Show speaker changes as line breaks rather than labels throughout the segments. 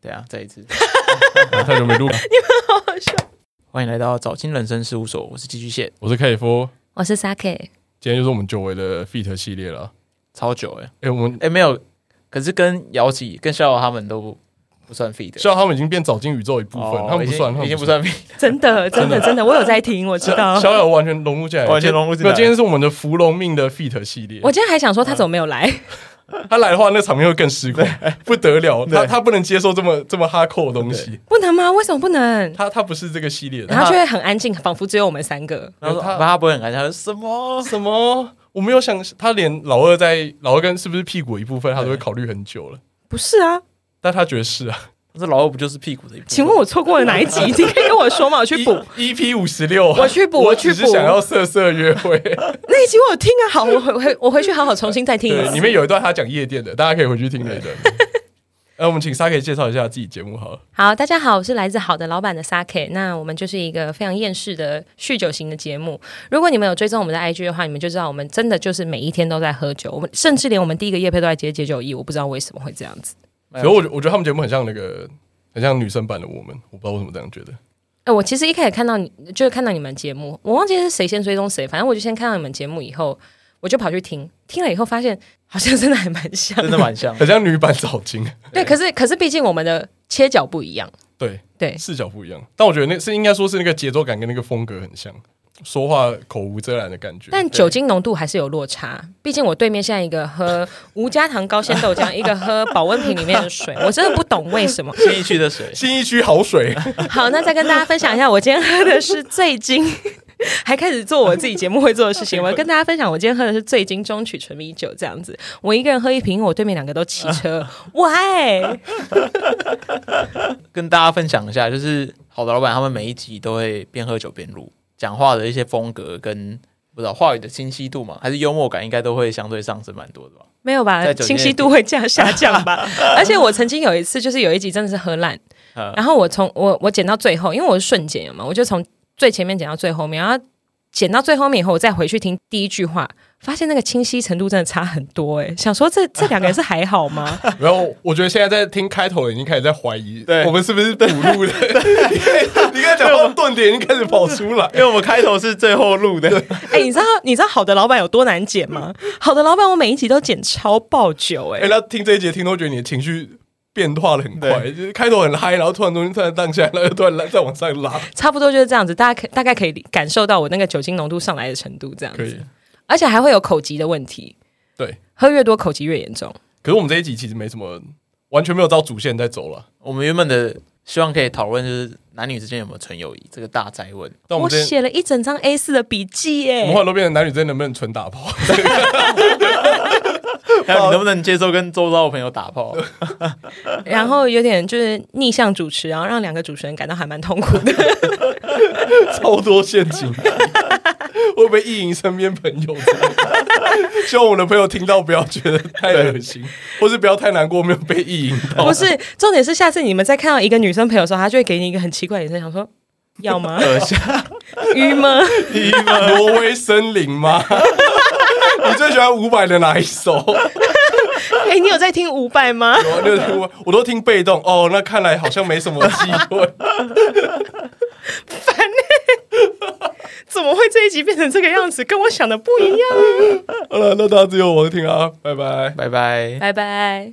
对啊，再一次，
啊太久没录了。
好笑。
欢迎来到早金人生事务所，我是寄居蟹，
我是 K 夫，
我是 Sake，
今天就是我们久违的 Fit 系列了。
超久哎、欸、
哎、我们
哎、没有，可是跟姚琦、跟逍遥他们都不不算 feed，
希望他们已经变早进宇宙一部分，
哦
他们
已
不
经
算，他们
已经不。算 feed，
真的，呃真的，真的，我有在听，我知道。
逍遥完全融入进来，
完全融入进来
那今天是我们的芙蓉命的 Fit 系列
我，今天还想说他怎么没有来，
他来的话，那场面会更 失控，不得了。他他不能接受这么这么哈扣的东西，
不能吗？为什么不能？
他他不是这个系列的。
然后却很安静，仿佛只有我们三个。
然后
他
他他不会很开心，他说什么？
什么？我没有想，他连老二在老二跟是不是屁股一部分，他都会考虑很久了。
不是啊，
但他觉得是啊
这老二不就是屁股的一部分？
请问我错过了哪一集？你可以跟我说嘛，我 去补。
，EP E，五十六，啊
我去补
我
我去
只是
补
想要色色约会。
那一集我有听啊，好，我回回我回去好好重新再听一
对，里
次。
面有一段他讲夜店的，大家可以回去听那一段。 呃，我们请沙可以介绍一下自己节目好了。
好，大家好，我是来自好的老板的 Sake。那我们就是一个非常厌世的酗酒型的节目。如果你们有追踪我们的 IG 的话，你们就知道我们真的就是每一天都在喝酒。我们甚至连我们第一个夜配都在接解酒意，我不知道为什么会这样子。
哎
所以我觉我觉得他们节目很像那个，很像女生版的我们。我不知道为什么这样觉得。
哎、我其实一开始看到你，就是看到你们节目，我忘记是谁先追踪谁，反正我就先看到你们节目以后，我就跑去听，听了以后发现好像真的还蛮像
真的蛮像
很像女版早金，
对，可是可是毕竟我们的切角不一样，
对，
对，
视角不一样。但我觉得那是应该说是那个节奏感跟那个风格很像，说话口无遮拦的感觉。
但酒精浓度还是有落差。毕竟我对面现在一个喝无加糖高鲜豆浆，一个喝保温瓶里面的水，我真的不懂为什么。
新一区的水，
新一区好水，
好，那再跟大家分享一下，我今天喝的是醉 金，还开始做我自己节目会做的事情。我要跟大家分享，我今天喝的是醉金中曲纯米酒，这样子，我一个人喝一瓶，因为我对面两个都骑 车，why？
跟大家分享一下，就是好的老板他们每一集都会边喝酒边录，讲话的一些风格跟不知道话语的清晰度嘛，还是幽默感，应该都会相对上升蛮多的吧？
没有吧
在？酒精
清晰度会这样下降 吧？而且我曾经有一次，就是有一集真的是喝烂，
嗯
然后我从我我剪到最后，因为我是瞬剪嘛，我就从最前面剪到最后面，然后剪到最后面以后，我再回去听第一句话，发现那个清晰程度真的差很多、欸，哎，想说这这两个人是还好吗？
然后我觉得现在在听开头已经开始在怀疑，
对
我们是不是补录的？ 你看，你看讲话顿点已经开始跑出来，
因为我们开头是最后录的，
哎、你知道你知道好的老板有多难剪吗？好的老板，我每一集都剪超爆久、
哎、
哎、
那听这一节听都觉得你的情绪变化的很快，
对
就是开头很嗨，然后突然中间突然荡下来，然后又突然再往上拉，
差不多就是这样子，大家可大概可以感受到我那个酒精浓度上来的程度，这样
可
子
以，。
而且还会有口疾的问题，
对，
喝越多口疾越严重。
可是我们这一集其实没什么，完全没有照主线在走了。
我们原本的希望可以讨论就是男女之间有没有纯友谊这个大灾 问，
但我们
我
这
写了一整张 A 四的笔记哎
我们
耶
后，来都变成男女之间能不能纯打 炮？
还有你能不能接受跟周遭的朋友打 炮？
然后有点就是逆向主持，然后让两个主持人感到还蛮痛苦的。
超多陷 阱，会不会意淫身边朋友？希望我的朋友听到不要觉得太恶心，或是不要太难过，没有被意 淫到。
不是，重点是下次你们再看到一个女生朋友的时候，她就会给你一个很奇怪的眼神，想说要 吗？
呃，像
晕吗？
你们挪威森林吗？ 你最喜欢伍佰的哪一首？
哎、你有在听伍佰吗？
我就听我我都听被动哦，那看来好像没什么机会。
怎么会这一集变成这个样子？跟我想的不一样。
好了，那大家只有我听啊，拜拜。
拜拜。
拜拜。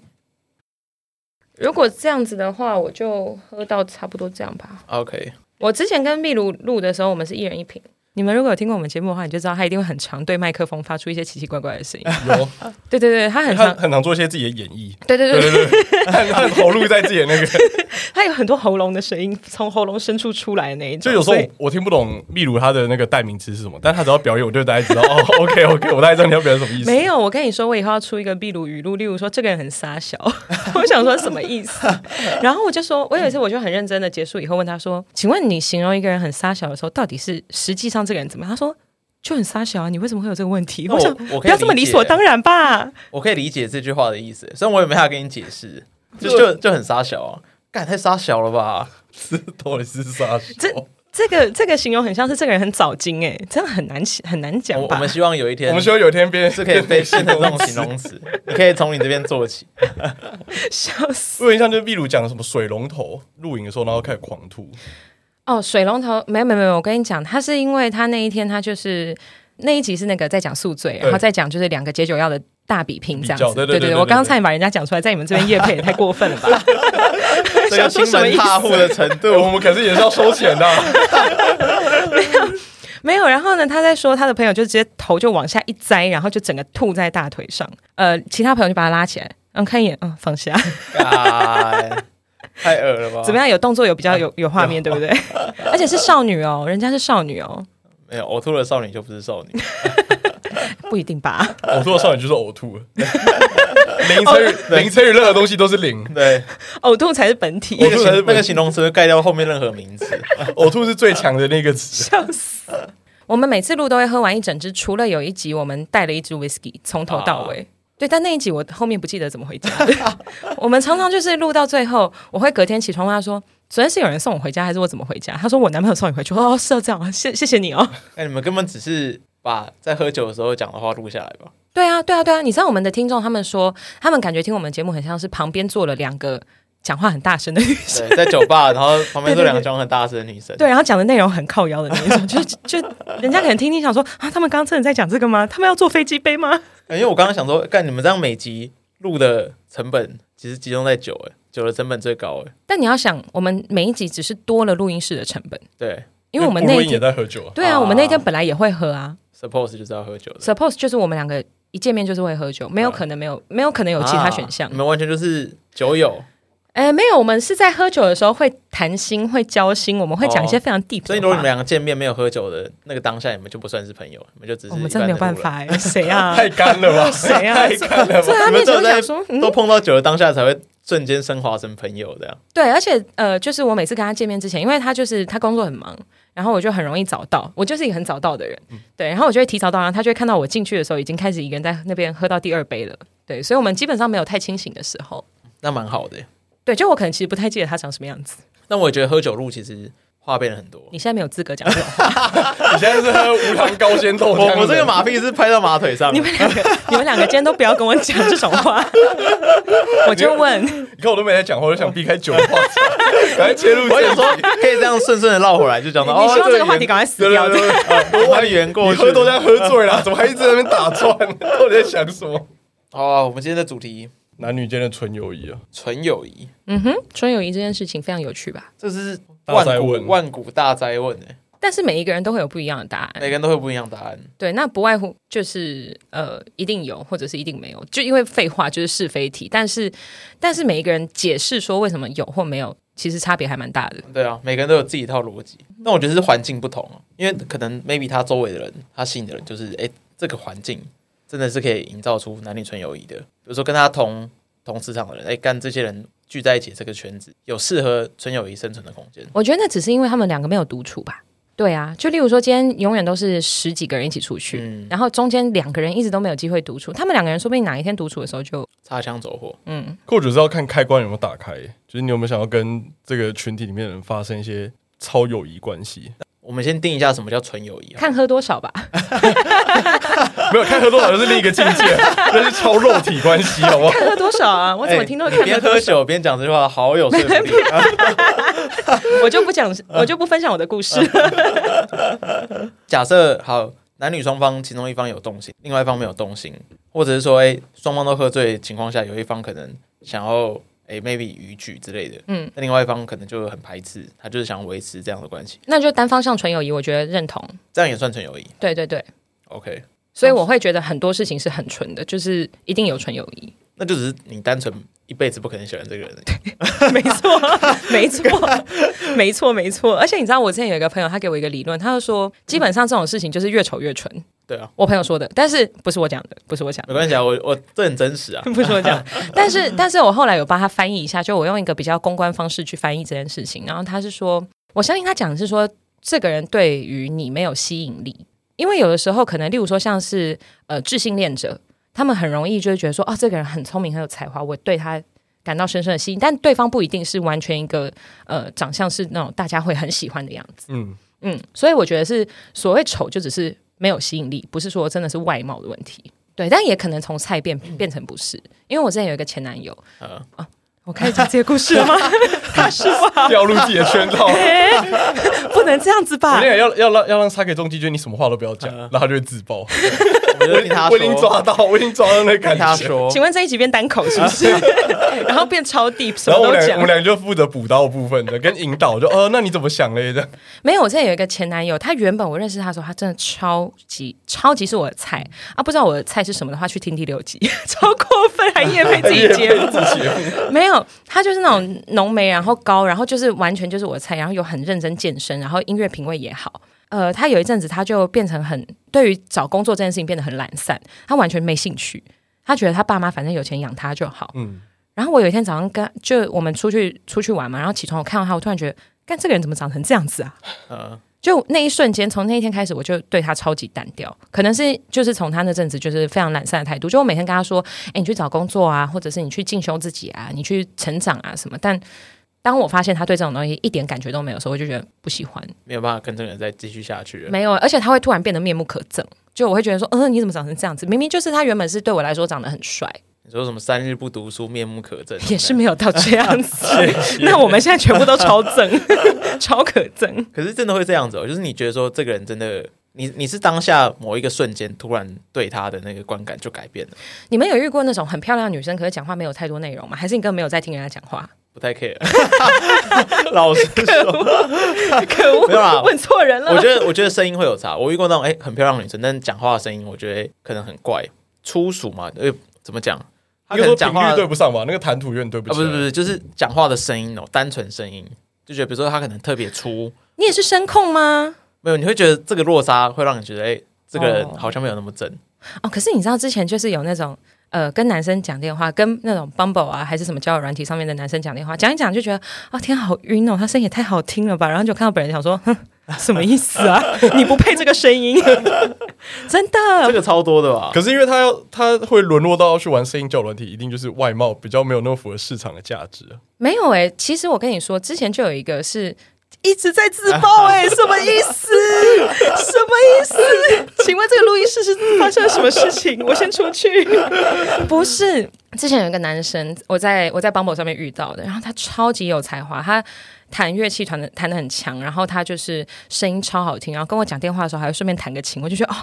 如果这样子的话，我就喝到差不多这样吧。
OK，
我之前跟秘鲁录的时候，我们是一人一瓶。你们如果有听过我们节目的话，你就知道他一定会很常对麦克风发出一些奇奇怪怪的声音。
有
对对对，他很
他
常，
很常做一些自己的演绎，
对对
对
对，
对对，他他很投入在自己的那个。
他有很多喉咙的声音从喉咙深处出来的那一种。
就有时候
所以
我我听不懂秘鲁他的那个代名词是什么，但他只要表演，我就大概知道哦，OK OK，我大概知道你要表演什么意思。
没有，我跟你说，我以后要出一个秘鲁语录，例如说这个人很傻 小，我想说什么意思？ 然后我就说，我有一次我就很认真的结束以后问他说，请问你形容一个人很傻小的时候，到底是实际上这个人怎么样？他说。就很傻小啊！你为什么会有这个问题？
那我
想
我可以
不要这么
理
理
解
所当然吧。
我可以理解这句话的意思，虽然我也没办法跟你解释，就就就很傻小啊，干太傻小了吧？
到底是啥？
这这个这个形容很像是这个人很早精哎、真的很难很难讲
我我
吧
们？希望有一天
我们希望有一天变
是可以被变成这种形容词，你可以从你这边做 起。
笑死！
我有印象就是秘鲁讲什么水龙头录影的时候，然后开始狂吐，
哦，水龙头没有没有没有，我跟你讲，他是因为他那一天他就是那一集是那个在讲宿醉，
对
然后再讲就是两个解酒药的。大比拼这样
比较
子，
对对
对
对对
我刚
对
刚
对
差点把人家讲出来，在你们这边夜配也太过分了吧？
这个
说
亲
什么
门
意思
踏户的程
对
度，
我们可是也是要收钱的啊、
没有，然后呢，他在说他的朋友就直接头就往下一栽，然后就整个吐在大腿上。呃，其他朋友就把他拉起来，嗯，看一眼，嗯，放下。
哎太恶了吧？
怎么样？有动作，有比较有有 画面，对 不对？而且是少女哦，人家是少女哦，
没有，呕吐的少女就不是少女。
不一定吧？
呕吐的少女就是呕吐了，零乘以零乘以任何东西都是零，
对，
呕吐才是本体
那，
呕
个
吐才是
形那
本
个
体
形容词会盖掉后面任何名词。
呕吐是最强的那个词。
笑死！我们每次录都会喝完一整支，除了有一集我们带了一支 whisky，从头到尾。对，但那一集我后面不记得怎么回 家的。我们常常就是录到最后，我会隔天起床问他说：“昨天是有人送我回家，还是我怎么回家？”他说：“我男朋友送你回去。”我说：“哦，是要这样啊， 谢谢谢你哦。”
那哎你们根本只是把在喝酒的时候讲的话录下来吧？
对啊，对啊，对啊！你知道我们的听众他们说，他们感觉听我们节目很像是旁边坐了两个讲话很大声的女 生，
对，在酒吧，然后旁边坐
对对对
两个讲话很大声的女生。
对，然后讲的内容很靠腰的那一种，就就人家可能听听想说啊，他们刚刚真的在讲这个吗？他们要坐飞机杯吗？
哎因为我刚刚想说，干你们这样每集录的成本其实集中在酒，哎，酒的成本最高，哎，
但你要想，我们每一集只是多了录音室的成本，
对
因为我们
布
那
鲁
一
因也
天
在喝酒啊，
对啊，我们那天
啊
本来也会喝啊。
，suppose 就是要喝酒的，
Suppose 就是我们两个一见面就是会喝酒，没有
啊
可能没有没有可能有其他选项
啊你。们完全就是酒友，
哎，没有，我们是在喝酒的时候会谈心，会交心，我们会讲一些
哦
非常 deep 的话。
所以如果你们两个见面没有喝酒的那个当下，你们就不算是朋友，你们就只是
哦我们真的没有办法哎，谁啊？
太干了吧？
谁啊
太干了吧
所以？他
你们
面
只
前
有
我
在
想说，嗯，
都碰到酒的当下才会瞬间升华成朋友这样。
对，而且呃，就是我每次跟他见面之前，因为他就是他工作很忙，然后我就很容易早到，我就是一个很早到的人，对，然后我就会提早到，然后他就会看到我进去的时候已经开始一个人在那边喝到第二杯了，对，所以我们基本上没有太清醒的时候，
那蛮好的耶。
对，就我可能其实不太记得他长什么样子，
但我也觉得喝酒路其实话变了很多。
你现在没有资格讲这种话，
你现在是喝无糖高纤豆
我
浆的？
我这个马屁是拍到马腿上
你
的，
们两个你们两个今天都不要跟我讲这种话， 我就问，
你看我都没在讲话，我就想避开酒的话 题，赶快切入
我想
正题
说。可以这样顺顺的绕回来，就讲到
你希
哦，
望这个话题赶快死
对
掉，
对对，
啊我外圆过
你
去
喝豆浆喝醉了，怎么还一直在那边打转？到底在想什么？
哦，我们今天的主题
男女间的纯友谊啊，
纯友谊，
嗯哼，纯友谊这件事情非常有趣吧。
这是
大灾
万古
问
万古大灾问哎，
但是每一个人都会有不一样的答案
每，个人都会不一样答案。
对，那不外乎就是呃，一定有，或者是一定没有，就因为废话就是是非题。但是，但是每一个人解释说为什么有或没有，其实差别还蛮大的。
对啊，每个人都有自己一套逻辑。那我觉得是环境不同啊，因为可能 maybe 他周围的人，他吸引的人就是，哎，这个环境真的是可以营造出男女纯友谊的。比如说跟他同同职场的人，哎，干这些人聚在一起这个圈子，有适合纯友谊生存的空间。
我觉得那只是因为他们两个没有独处吧。对啊，就例如说，今天永远都是十几个人一起出去，
嗯
然后中间两个人一直都没有机会独处。他们两个人说不定哪一天独处的时候就，
擦枪走火，
嗯，
或者是要看开关有没有打开，就是你有没有想要跟这个群体里面的人发生一些超友谊关系？
我们先定一下什么叫纯友谊啊。
看喝多少吧。
没有，看喝多少就是另一个境界， 那是超肉体关系，好不好？
看喝多少啊？我怎么
哎
听到
你
看
边
喝
喝
多少？
酒边讲这句话，好 有说服力。
我就不讲，我就不分享我的故事。
假设好，男女双方其中一方有动心，另外一方没有动心，或者是说，哎、双方都喝醉的情况下，有一方可能想要，哎、m a y b e 逾矩之类的，
嗯，
那另外一方可能就很排斥，他就是想维持这样的关系，
那就单方向纯友谊，我觉得认同。
这样也算纯友谊
对对对。
，OK？
所以我会觉得很多事情是很纯的，就是一定有纯友 谊。
那就只是你单纯一辈子不可能喜欢这个人而已，
没 错，没错， 没错，没错。而且你知道，我之前有一个朋友，他给我一个理论，他就说，基本上这种事情就是越丑越纯。
对啊，
我朋友说的，但是不是我讲的，不是我讲的。
没关系啊，我我这很真实啊，
不是我讲，但是但是我后来有帮他翻译一下，就我用一个比较公关方式去翻译这件事情。然后他是说，我相信他讲的是说，这个人对于你没有吸引力，因为有的时候可能，例如说像是啊呃，智性恋者，他们很容易就会觉得说，哦，这个人很聪明，很有才华，我对他。感到深深的吸引，但对方不一定是完全一个呃长相是那种大家会很喜欢的样子。
嗯，
嗯，所以我觉得是所谓丑，就只是没有吸引力，不是说真的是外貌的问题。对，但也可能从菜变
嗯
变成不是，因为我之前有一个前男友，
嗯
啊，我开始讲这些故事 了吗？
掉入自己的圈套。
不能这样子
我
吧
跟你？讲，要要让要让他给中继娟，你什么话都不要讲，然后他就会自爆。
我就听啊他
我已经
说，
抓到，我已经抓到那个
听
感
他
觉。
说，
请问这一集变单口是不是？ 然后变超 deep，什
啊然
么
后我
都
们俩
讲
我们。俩就负责补刀部分的，跟引导就呃，那你怎么想 嘞？这样
没有，我之前有一个前男友，他原本我认识他的时候，他真的超级超级是我的菜啊！不知道我的菜是什么的话，去听第六集， 超过分，还夜配自己节目。 没有，他就是那种浓眉，然后高，然后就是完全就是我的菜，然后有很认真健身，然后音乐品味也好。呃，他有一阵子他就变成很对于找工作这件事情变得很懒散，他完全没兴趣，他觉得他爸妈反正有钱养他就好。
嗯，
然后我有一天早上跟就我们出去出去玩嘛，然后起床我看到他，我突然觉得，干这个人怎么长成这样子啊？
嗯，
就那一瞬间，从那一天开始，我就对他超级单调。可能是就是从他那阵子就是非常懒散的态度，就我每天跟他说：“哎、你去找工作啊，或者是你去进修自己啊，你去成长啊什么。”但当我发现他对这种东西一点感觉都没有的时候，我就觉得不喜欢。
没有办法跟这个人再继续下去了。
没有，而且他会突然变得面目可憎。就我会觉得说：“嗯、你怎么长成这样子？明明就是他原本是对我来说长得很帅，
你说什么三日不读书，面目可憎，
也是。没有到这 样子。 那我们现在全部都超憎， 超可憎。
可是真的会这样子哦，就是你觉得说这个人真的，你你是当下某一个瞬间突然对他的那个观感就改变了，
你们有遇过那种很漂亮的女生，可是讲话没有太多内容吗？还是你根本没有在听人家讲话？
不太 care。老实说，
可恶
没有啦，
问错人了。
我觉得我觉得声音会有差。我遇过那种哎、很漂亮的女生，但讲话的声音我觉得可能很怪，粗俗嘛，呃，怎么讲？她可
应该
能
说
讲
频
话
率对不上吧，那个谈吐有点对不
啊，
起
不
来。
是不是，就是讲话的声音哦，单纯声音，就觉得比如说他可能特别粗，
你也是声控吗？
没有，你会觉得这个落差会让你觉得，哎、这个
哦
人好像没有那么正。
哦，可是你知道之前就是有那种呃，跟男生讲电话，跟那种 Bumble 啊，还是什么交友软体上面的男生讲电话，讲一讲就觉得啊、天好晕哦，他声音也太好听了吧，然后就看到本人想说，哼，什么意思啊？你不配这个声音， 真
这
的。
个超多的吧？
可是因为他要他会沦落到要去玩声音交友软体，一定就是外貌比较没有那么符合市场的价值。
没有哎、其实我跟你说，之前就有一个是。一直在自爆哎、什么意思？什么意思？请问这个录音室是发生了什么事情？我先出去。不是，之前有一个男生，我在我在 Bumble 上面遇到的，然后他超级有才华，他弹乐器弹的弹的很强，然后他就是声音超好听，然后跟我讲电话的时候还会顺便弹个琴，我就觉得哦，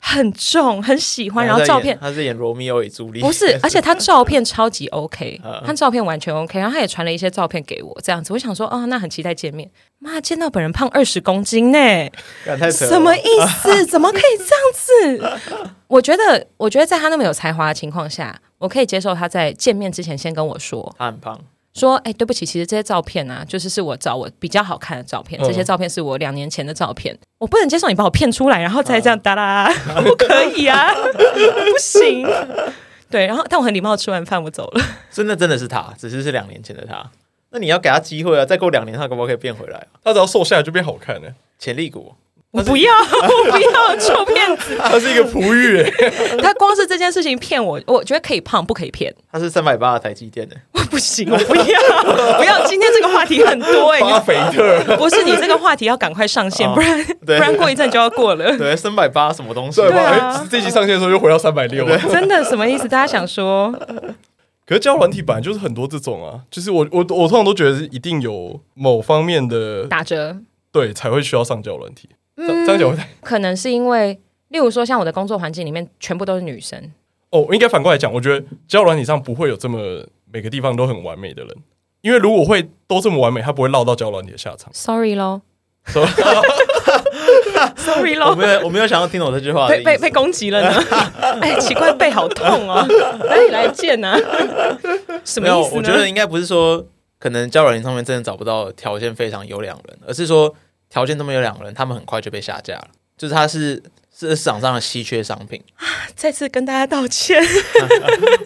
很重，很喜欢，然后
他在
照
演
片
他是演罗密欧与朱丽叶，
不是，而且他照片超级 OK，
嗯
他照片完全 OK，然后他也传了一些照片给我，这样子，我想说，哦，那很期待见面。妈，见到本人胖二十公斤呢，
干太扯了
什么意思？ 怎么可以这样子？ 我觉得，我觉得在他那么有才华的情况下，我可以接受他在见面之前先跟我说，
他很胖，
说，哎、对不起，其实这些照片啊，就是是我找我比较好看的照片，
嗯
这些照片是我两年前的照片，我不能接受你把我骗出来，然后再这样哒啦， 不可以啊，不行。对，然后但我很礼貌，吃完饭我走了。
所以那真的是他，只是是两年前的他。那你要给他机会啊，再过两年他可不可以变回来啊？
他只要瘦下来就变好看了，
潜力股，
我不要，我不要臭骗子！
他是一个璞玉、欸，
他光是这件事情骗我，我觉得可以胖，不可以骗。
他是三百八的台积电的，
我不行，我不要，不要！今天这个话题很多哎、
巴菲特。
你不是你这个话题要赶快上线，
哦
不然不
对
然过一阵就要过了。
对，三百八什么东西？
对吧？
对啊
哎这集上线的时候又回到三百六。
真的什么意思？大家想说
可是交友软体本来就是很多这种啊，就是我我我通常都觉得是一定有某方面的
打折？
对才会需要上交友软体。这
嗯
样这样讲会太
可能是因为，例如说像我的工作环境里面全部都是女生，。
哦，我应该反过来讲，我觉得交友软体上不会有这么每个地方都很完美的人，因为如果会都这么完美，他不会落到交友软体的下场
sorry 咯
So-
，sorry
我
咯。
没有，我没有想要听懂这句话的
啊被
意
被
思。
被攻击了呢！ 哎，奇怪，背好痛哦，哪里来见啊？什么
没有，
意思呢？
我觉得应该不是说可能交友软件上面真的找不到条件非常优良的人，而是说条件这么优良的人，他们很快就被下架了，就是他是是市场上的稀缺商品。
再次跟大家道歉，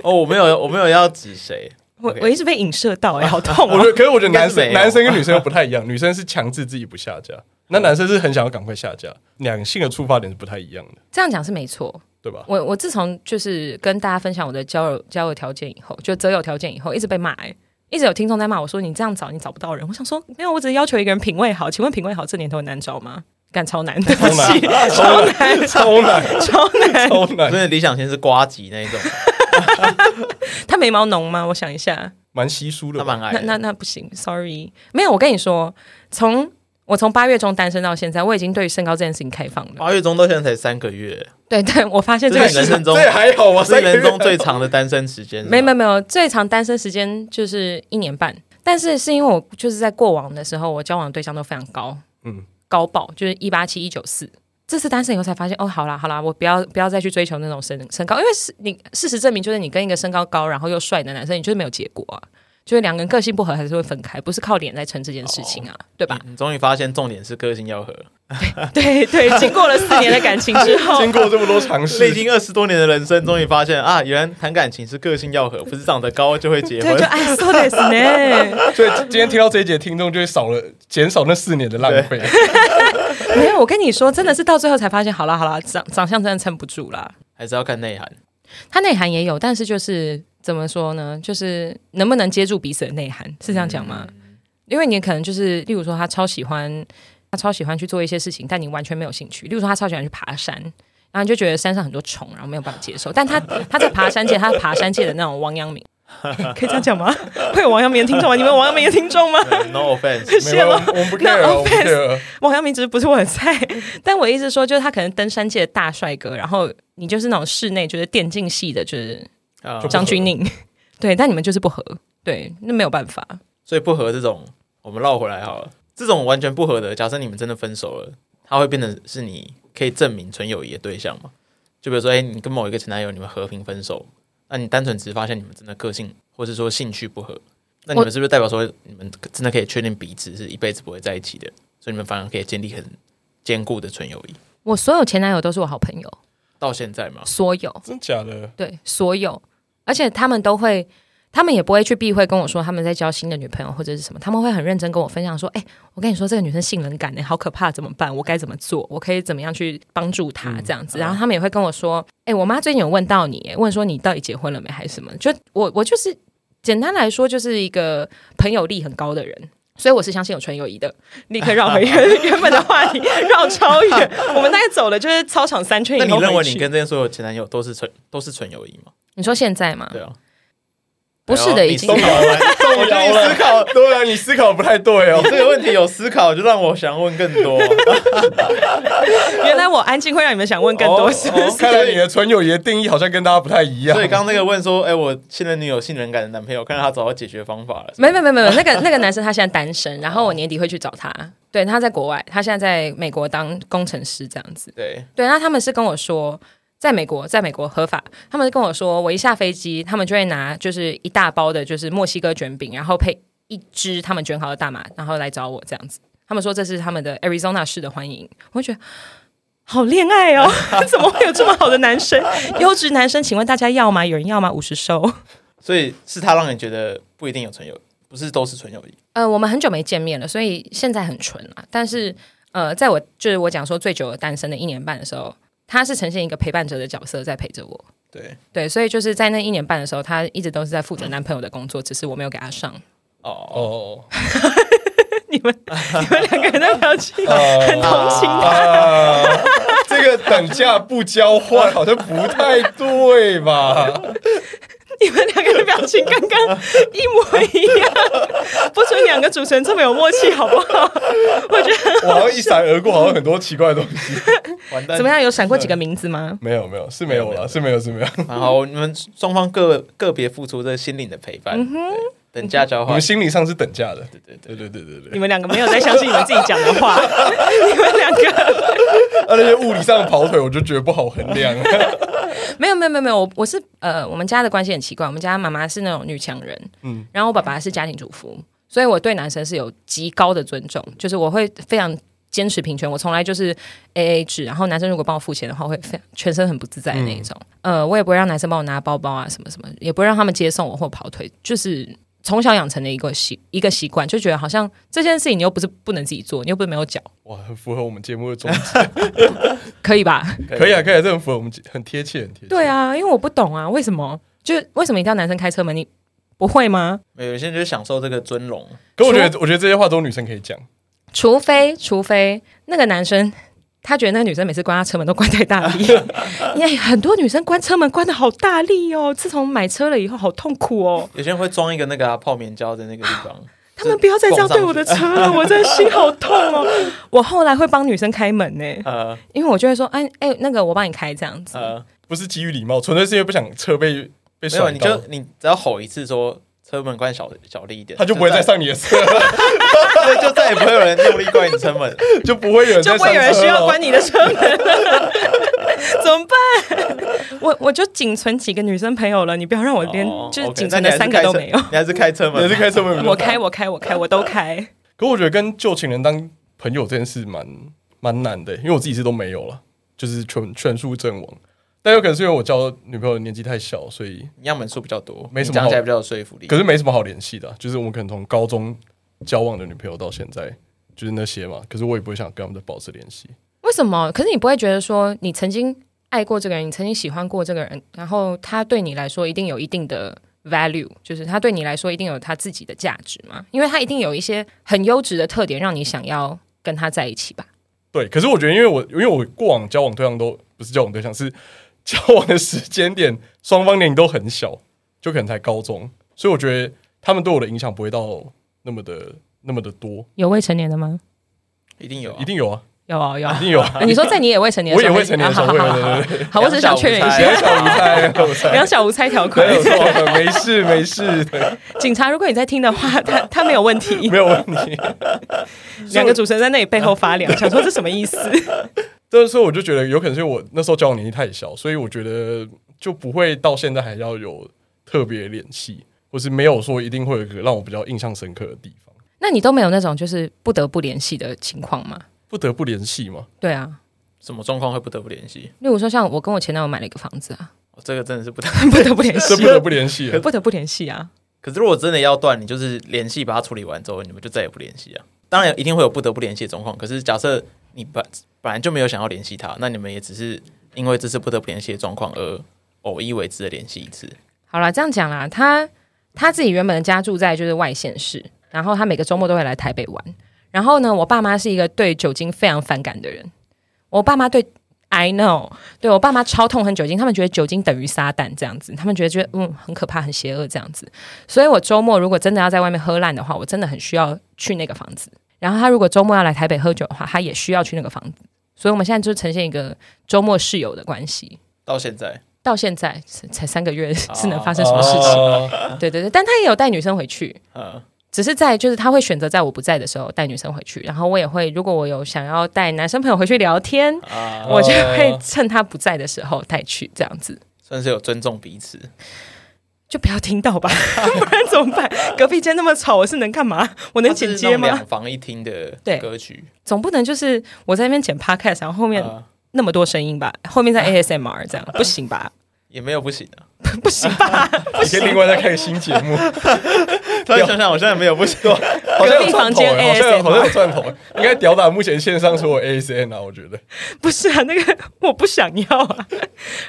哦，我没有，我没有要挤谁，
我
OK
我一直被影射到，哎，好 痛
我觉
哦！
得，可是我觉得
应
男
该是没有
生男生跟女生又不太一样，女生是强制自己不
嗯
下架，那男生是很想要赶快下架，两性的出发点是不太一样的。
这样讲是没错，
对吧？
我我自从就是跟大家分享我的交友交友条件以后，就择友条件以后，一直被骂、欸，一直有听众在骂我说你这样找你找不到人。我想说没有，我只是要求一个人品味好。请问品味好这年头很难找吗？干超难，对不起，
啊
超难，
超难，
超难。
超
所
难，
以理想型是瓜吉那一 种，
他眉毛浓吗？我想一下，
蛮稀疏
他
的吧。
蛮矮
那
的。
那那不行，sorry，没有。我跟你说，从我从八月中单身到现在，我已经对于身高这件事情开放了。
八月中到现在才三个月，
对，但我发现这
这
个
是你人
是
生中
这也还好啊，
是
三个
人
月
生中最长的单身时间。
没没
有，
没有，最长单身时间就是一年半，但是是因为我就是在过往的时候，我交往的对象都非常高，
嗯
嗯，高爆就是一八七一九四。这次单身以后才发现，哦，好啦好啦，我不要不要再去追求那种身身高，因为是你事实证明，就是你跟一个身高高然后又帅的男生，你就是没有结果啊，就是两个人个性不合还是会分开，不是靠脸在撑这件事情啊，对吧？
你嗯终于发现重点是个性要合。
对对，经过了四年的感情之后，
经过这么多尝试，
历经二十多年的人生，终于发现啊，原来谈感情是个性要合，不是长得高就会结
对，
婚
就。哎，so this 呢。
所以今天听到这一节听众就会少了减少那四年的浪 费。
没有，我跟你说，真的是到最后才发现，好啦好啦，长长相真的撑不住啦。
还是要看内涵。
它内涵也有，但是就是怎么说呢？就是能不能接住彼此的内涵，是这样讲吗？因为你可能就是，例如说他超喜欢，他超喜欢去做一些事情，但你完全没有兴趣。例如说他超喜欢去爬山，然后你就觉得山上很多虫，然后没有办法接受。但他 他在爬山界，他是爬山界的那种王阳 明，可以这样讲吗？会有王阳明的听众吗？你们有王阳明的听众吗？
呃 No offense，
没有，我啊们我们不 care，啊
No
我们不 care。
王阳明只是不是我的菜，但我意思说，就是他可能登山界的大帅哥，然后你就是那种室内就是电竞系的，就是
啊
就不合
张钧甯，对，但你们就是不合，对，那没有办法。
所以不合这种，我们绕回来好了。这种完全不合的，假设你们真的分手了，它会变成是你可以证明纯友谊的对象吗？就比如说，哎、你跟某一个前男友你们和平分手，那你单纯只是发现你们真的个性或是说兴趣不合，那你们是不是代表说你们真的可以确定彼此是一辈子不会在一起的？所以你们反而可以建立很坚固的纯友谊。
我所有前男友都是我好朋友，
到现在嘛，
所有
真假的？
对所有，而且他们都会，他们也不会去避讳跟我说他们在交新的女朋友或者是什么，他们会很认真跟我分享说，哎、我跟你说这个女生性冷感呢、欸好可怕，怎么办？我该怎么做？我可以怎么样去帮助她
嗯
这样子？然后他们也会跟我说，哎、我妈最近有问到你、哎问说你到底结婚了没还是什么？就我我就是简单来说就是一个朋友力很高的人。所以我是相信有纯友谊的，立刻绕 回原原本的话题，绕超远。我们大概走了就是操场三圈以
那
后
你认为
回去
你跟这些所有前男友都是纯都是纯友谊吗？
你说现在吗？
对啊，
不是的，已经
动摇了，动
我觉得
摇
你
了
思。考，对啊，你思考不太对哦
你。这个问题有思考，就让我想问更多。
原来我安静会让你们想问更多，
哦
是不是？
看来你的纯友谊的定义好像跟大家不太一样。
所以刚刚那个问说，哎、我现任女友信任感的男朋友，看到他找到解决方法
嗯
了。
没没没没没，那个那个男生他现在单身，然后我年底会去找他。对，他在国外，他现在在美国当工程师这样子。
对，
对，那他们是跟我说，在美国，在美国合法，他们跟我说，我一下飞机，他们就会拿就是一大包的，就是墨西哥卷饼，然后配一支他们卷好的大麻，然后来找我这样子。他们说这是他们的 Arizona 市的欢迎，我就觉得。好恋爱哦！ 怎么会有这么好的男生？优质男生，请问大家要吗？有人要吗？五十收。
所以是他让你觉得不一定有纯友谊，不是都是纯友谊。
呃，我们很久没见面了，所以现在很纯啊。但是，呃，在我就是我讲说最久的单身的一年半的时候，他是呈现一个陪伴者的角色在陪着我。
对，
对，所以就是在那一年半的时候，他一直都是在负责男朋友的工作，只是我没有给他上。
哦，
哦，
你们你们两个人在表情
很
同情
啊， 这个等价不交换好像不太对吧？
你们两个的表情刚刚一模一样，不准两个主持人这么有默契好不好？我觉得
我好像一闪而过，好像很多奇怪的东西。
完蛋，
怎么？样？有闪过几个名字吗？
没有没有，是没有了，是没有是没有。
然后你们双方各个别付出这心灵的陪伴，
嗯
对等价交
我
换
们。心理上是等价的。
对对对，
对对对对对
你，们两个没有在相信你们自己讲的话， 你们两个。
啊，那些物理上的跑腿，我就觉得不好衡量。
没有没有没有没有，我我是呃，我们家的关系很奇怪，我们家妈妈是那种女强人，
嗯
嗯，然后我爸爸是家庭主妇，所以我对男生是有极高的尊重，就是我会非常。坚持平权，我从来就是 A A 制，然后男生如果帮我付钱的话，我会非常全身很不自在的嗯那一种。呃，我也不会让男生帮我拿包包啊，什么什么，也不会让他们接送我或跑腿，就是从小养成的一个习一个习惯，就觉得好像这件事情你又不是不能自己做，你又不是没有脚，
哇，很符合我们节目的宗旨。
可以吧？
可以啊，可以啊，这很符合我们节，很贴切，很贴切。
对，啊，因为我不懂啊，为什么？就是为什么一定要男生开车门？你不会吗？
没有有些人就是享受这个尊荣，
可我觉得，我觉得这些话都是女生可以讲。
除非除非那个男生。他觉得那个女生每次关他车门都关太大 力，因为很多女生关车门关的好大力哦。自从买车了以后，好痛苦哦。
有些人会装一个那个、啊、泡棉胶在那个地 方。
他们不要再这样对我的车了，我真的心好痛 哦。我后来会帮女生开门呢、
呃
因为我就会说，哎哎，那个我帮你开这样子。
呃，
不是基于礼貌，纯粹是因为不想车被
没有
被甩
你就
到，
你只要吼一次说车门关小小力一点，
他就不会再上你的车，
对， 就再也不会有人用力关你车门。
就不会有人
就
再
不会有人
上车
需要
了。
关你的车门了，
哦
怎么办？我我就仅存几个女生朋友了，你不要让我连、
哦
就是
OK，
仅存
那
的
你还是
三个
开
都
车
没有。
你还是开 车门，
也是开车门比较
我开，我开，我开，我都开。
可我觉得跟旧情人当朋友这件事蛮蛮难的，因为我自己是都没有了，就是全全数阵亡。但有可能是因为我交女朋友的年纪太小，所以
你样本数比较多，
没什
你
么
讲起
好
来比较有说服力。
可是没什么好联系的啊、就是我们可能从高中交往的女朋友到现在，就是那些嘛。可是我也不会想跟他们再保持联系。
为什么？可是你不会觉得说你曾经爱过这个人，你曾经喜欢过这个人，然后他对你来说一定有一定的 value，就是他对你来说一定有他自己的价值吗？因为他一定有一些很优质的特点，让你想要跟他在一起吧？
对，可是我觉得，因为我因为我过往交往对象都不是交往对象，是 交往的时间点，双方年龄都很小，就可能才高中，所以我觉得他们对我的影响不会到那么的那么的多。
有未成年的吗？
一定有啊，
一定有啊，
有啊、有啊
一。定有啊，
你说在你也未 成年
我
啊的时
也
候，
未成年的时候，
好
我也
好
会
好
对
好
对 对对，
好，我只是想确认一
两
下，
小无猜，小无
两
猜，
小无猜条款
没。有错，没事没事，对
警察，如果你在听的话，他他没有问题
没。有问题。
两个主持人在那里背后发凉，想说这什么意思？
但是我就觉得，有可能是因为我那时候交往年纪太小，所以我觉得就不会到现在还要有特别联系，或是没有说一定会有一个让我比较印象深刻的地方。
那你都没有那种就是不得不联系的情况吗？
不得不联系嘛，
对啊，
什么状况会不得不联系？
例如说像我跟我前男友买了一个房 子啊，
哦这个真的是不得。
不得不联
这
系
不，得不联系啊。
不得不联系啊。
可是如果真的要断，你就是联系把它处理完之后，你们就再也不联系啊。当然一定会有不得不联系的状况，可是假设你本本来就没有想要联系他，那你们也只是因为这次不得不联系的状况而偶一为之的联系一次。
好啦，这样讲啦，他他自己原本的家住在就是外县市，然后他每个周末都会来台北玩。然后呢，我爸妈是一个对酒精非常反感的人，我爸妈对 I know，对我爸妈超痛恨酒精，他们觉得酒精等于撒旦这样子，他们觉得觉得嗯很可怕、很邪恶这样子。所以我周末如果真的要在外面喝烂的话，我真的很需要去那个房子。然后他如果周末要来台北喝酒的话，他也需要去那个房子。所以我们现在就呈现一个周末室友的关系。
到现在，
到现在才才三个月，
哦
是能发生什么事情？
情？
对对对，但他也有带女生回去，
呃，
只是在就是他会选择在我不在的时候带女生回去，然后我也会如果我有想要带男生朋友回去聊天，
啊，
我就会趁他不在的时候带去，这样子
算是有尊重彼此。
就不要听到 吧，不然怎么办？隔壁间那么吵，我是能干嘛？我能
它就是
剪接
那种
吗
两？房一厅的
对
歌曲，
总不能就是我在那边剪 podcast，然后后面
啊
那么多声音吧，
啊
后面再 ASMR 这样不行吧？
也没有不行啊。
不行吧？
你可以另外再开个新节目，
突然想想，好像也没有不行。
好像有
隔壁
赚
房
头
间
欸，好像
ASMR
好像有赚头欸，应该吊打目前线上所有 ASN 啊，我觉得
不是啊，那个我不想要啊！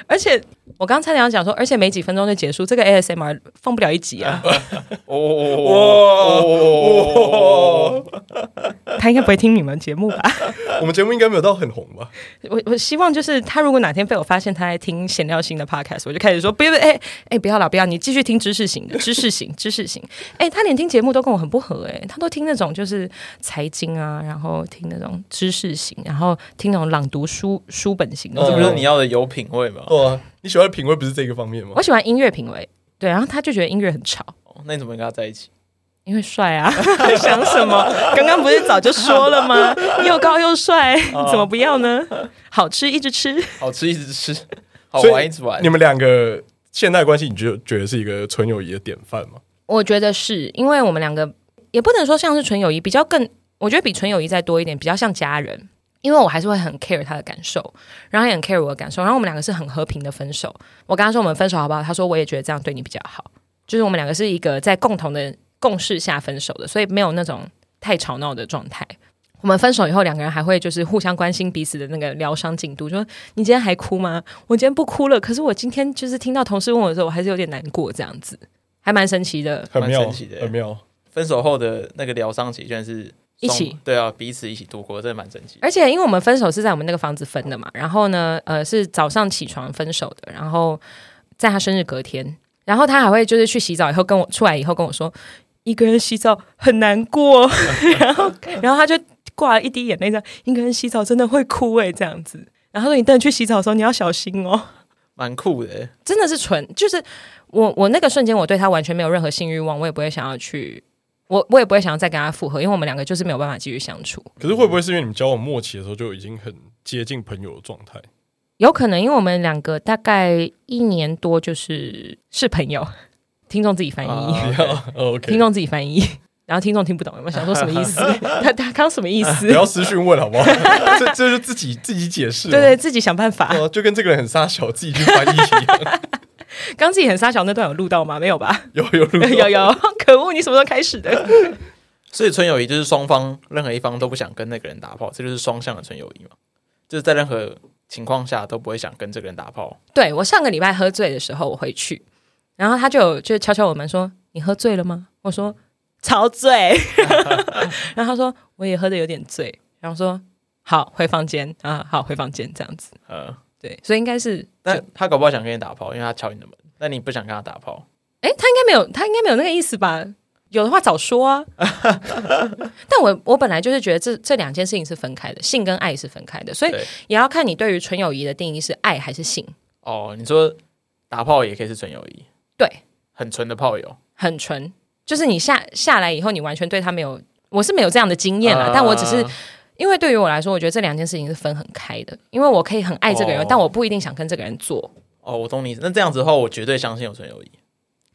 而且我刚才想讲说，而且没几分钟就结束，这个 ASMR 放不了一集啊，
哦哦哦！
啊他应该不会听你们节目吧？
我们节目应该没有到很红吧？
我我希望就是他如果哪天被我发现他在听闲聊型的 podcast，我就开始说，别别，哎、哎，不要啦，不要，你继续听知识型的，知识型， 知识型。哎、他连听节目都跟我很不合、哎，他都听那种就是财经啊，然后听那种知识型，然后听那种朗读书书本型的
那这不就是你要的有品味吗？
哇，啊你喜欢的品味不是这个方面吗
我？喜欢音乐品味，对，然后他就觉得音乐很吵。
哦那你怎么跟他在一起？
因为帅啊， 想什么？刚刚不是早就说了吗？又高又帅，怎么不要呢？好吃一直吃，
好吃一直吃，好
所以
玩一直玩
你。们两个现代关系，你觉得觉得是一个纯友谊的典范吗？
我觉得是因为我们两个也不能说像是纯友谊，比较更，我觉得比纯友谊再多一点，比较像家人。因为我还是会很 care 他的感受，然后也很 care 我的感受，然后我们两个是很和平的分手。我跟他说我们分手好不好？他说我也觉得这样对你比较好。就是我们两个是一个在共同的共识下分手的，所以没有那种太吵闹的状态。我们分手以后，两个人还会就是互相关心彼此的那个疗伤进度，就说你今天还哭吗？我今天不哭了，可是我今天就是听到同事问我的时候，我还是有点难过，这样子还蛮神奇的。
很妙，
蛮神奇的
很妙。
分手后的那个疗伤期，居然是
一
双
起
对啊，彼此一起度过，真的蛮神奇。
而且因为我们分手是在我们那个房子分的嘛，然后呢，呃，是早上起床分手的，然后在他生日隔天，然后他还会就是去洗澡以后跟我出来以后跟我说，一个人洗澡很难 过，然后然后他就挂了一滴眼泪，这样一个人洗澡真的会哭诶、这样子。然后他说你等你去洗澡的时候你要小心哦，
蛮酷的，
真的是纯，就是我我那个瞬间我对他完全没有任何性欲望，我也不会想要去。我我也不会想要再跟他复合，因为我们两个就是没有办法继续相处。
可是会不会是因为你们交往末期的时候就已经很接近朋友的状 态？
有可能，因为我们两个大概一年多就是是朋友， 听众自己翻译，
啊
OK，
听众自己翻译， 然后听众听不懂，有没有想说什 么意思？他他刚什么意思
不？要私讯问好不好？ 这这是自己自己解释嘛，
对对，自己想 办法。
哦就跟这个人很撒小，自己去翻译一样。
刚自己很傻小那段有录到吗？没有吧？
有有录到
有 有，可恶！你什么时候开始的？
所以纯友谊就是双方任何一方都不想跟那个人打炮，这就是双向的纯友谊嘛，就是在任何情况下都不会想跟这个人打炮。
对我上个礼拜喝醉的时候，我回去，然后他就有就敲敲我门说：“你喝醉了吗？”我说：“超醉。” 然后他说：“我也喝的有点醉。”然后说：“好，回房间啊，好，回房间。”这样子。
呃，
对，所以应该是就
但他搞不好想跟你打炮，因为他敲你的门，但你不想跟他打炮。
哎，他应该没有，他应该没有那个意思吧？有的话早说 啊！但我我本来就是觉得这这两件事情是分开的，性跟爱是分开的，所以
对
也要看你对于纯友谊的定义是爱还是性。
哦，你说打炮也可以是纯友谊，
对，
很纯的炮友。
很纯，就是你下下来以后，你完全对他没有，我是没有这样的经验啦，
啊
但我只是因为对于我来说，我觉得这两件事情是分很开的，因为我可以很爱这个人，
哦
但我不一定想跟这个人做。
哦，我懂你意思。那这样子的话，我绝对相信有纯友 谊，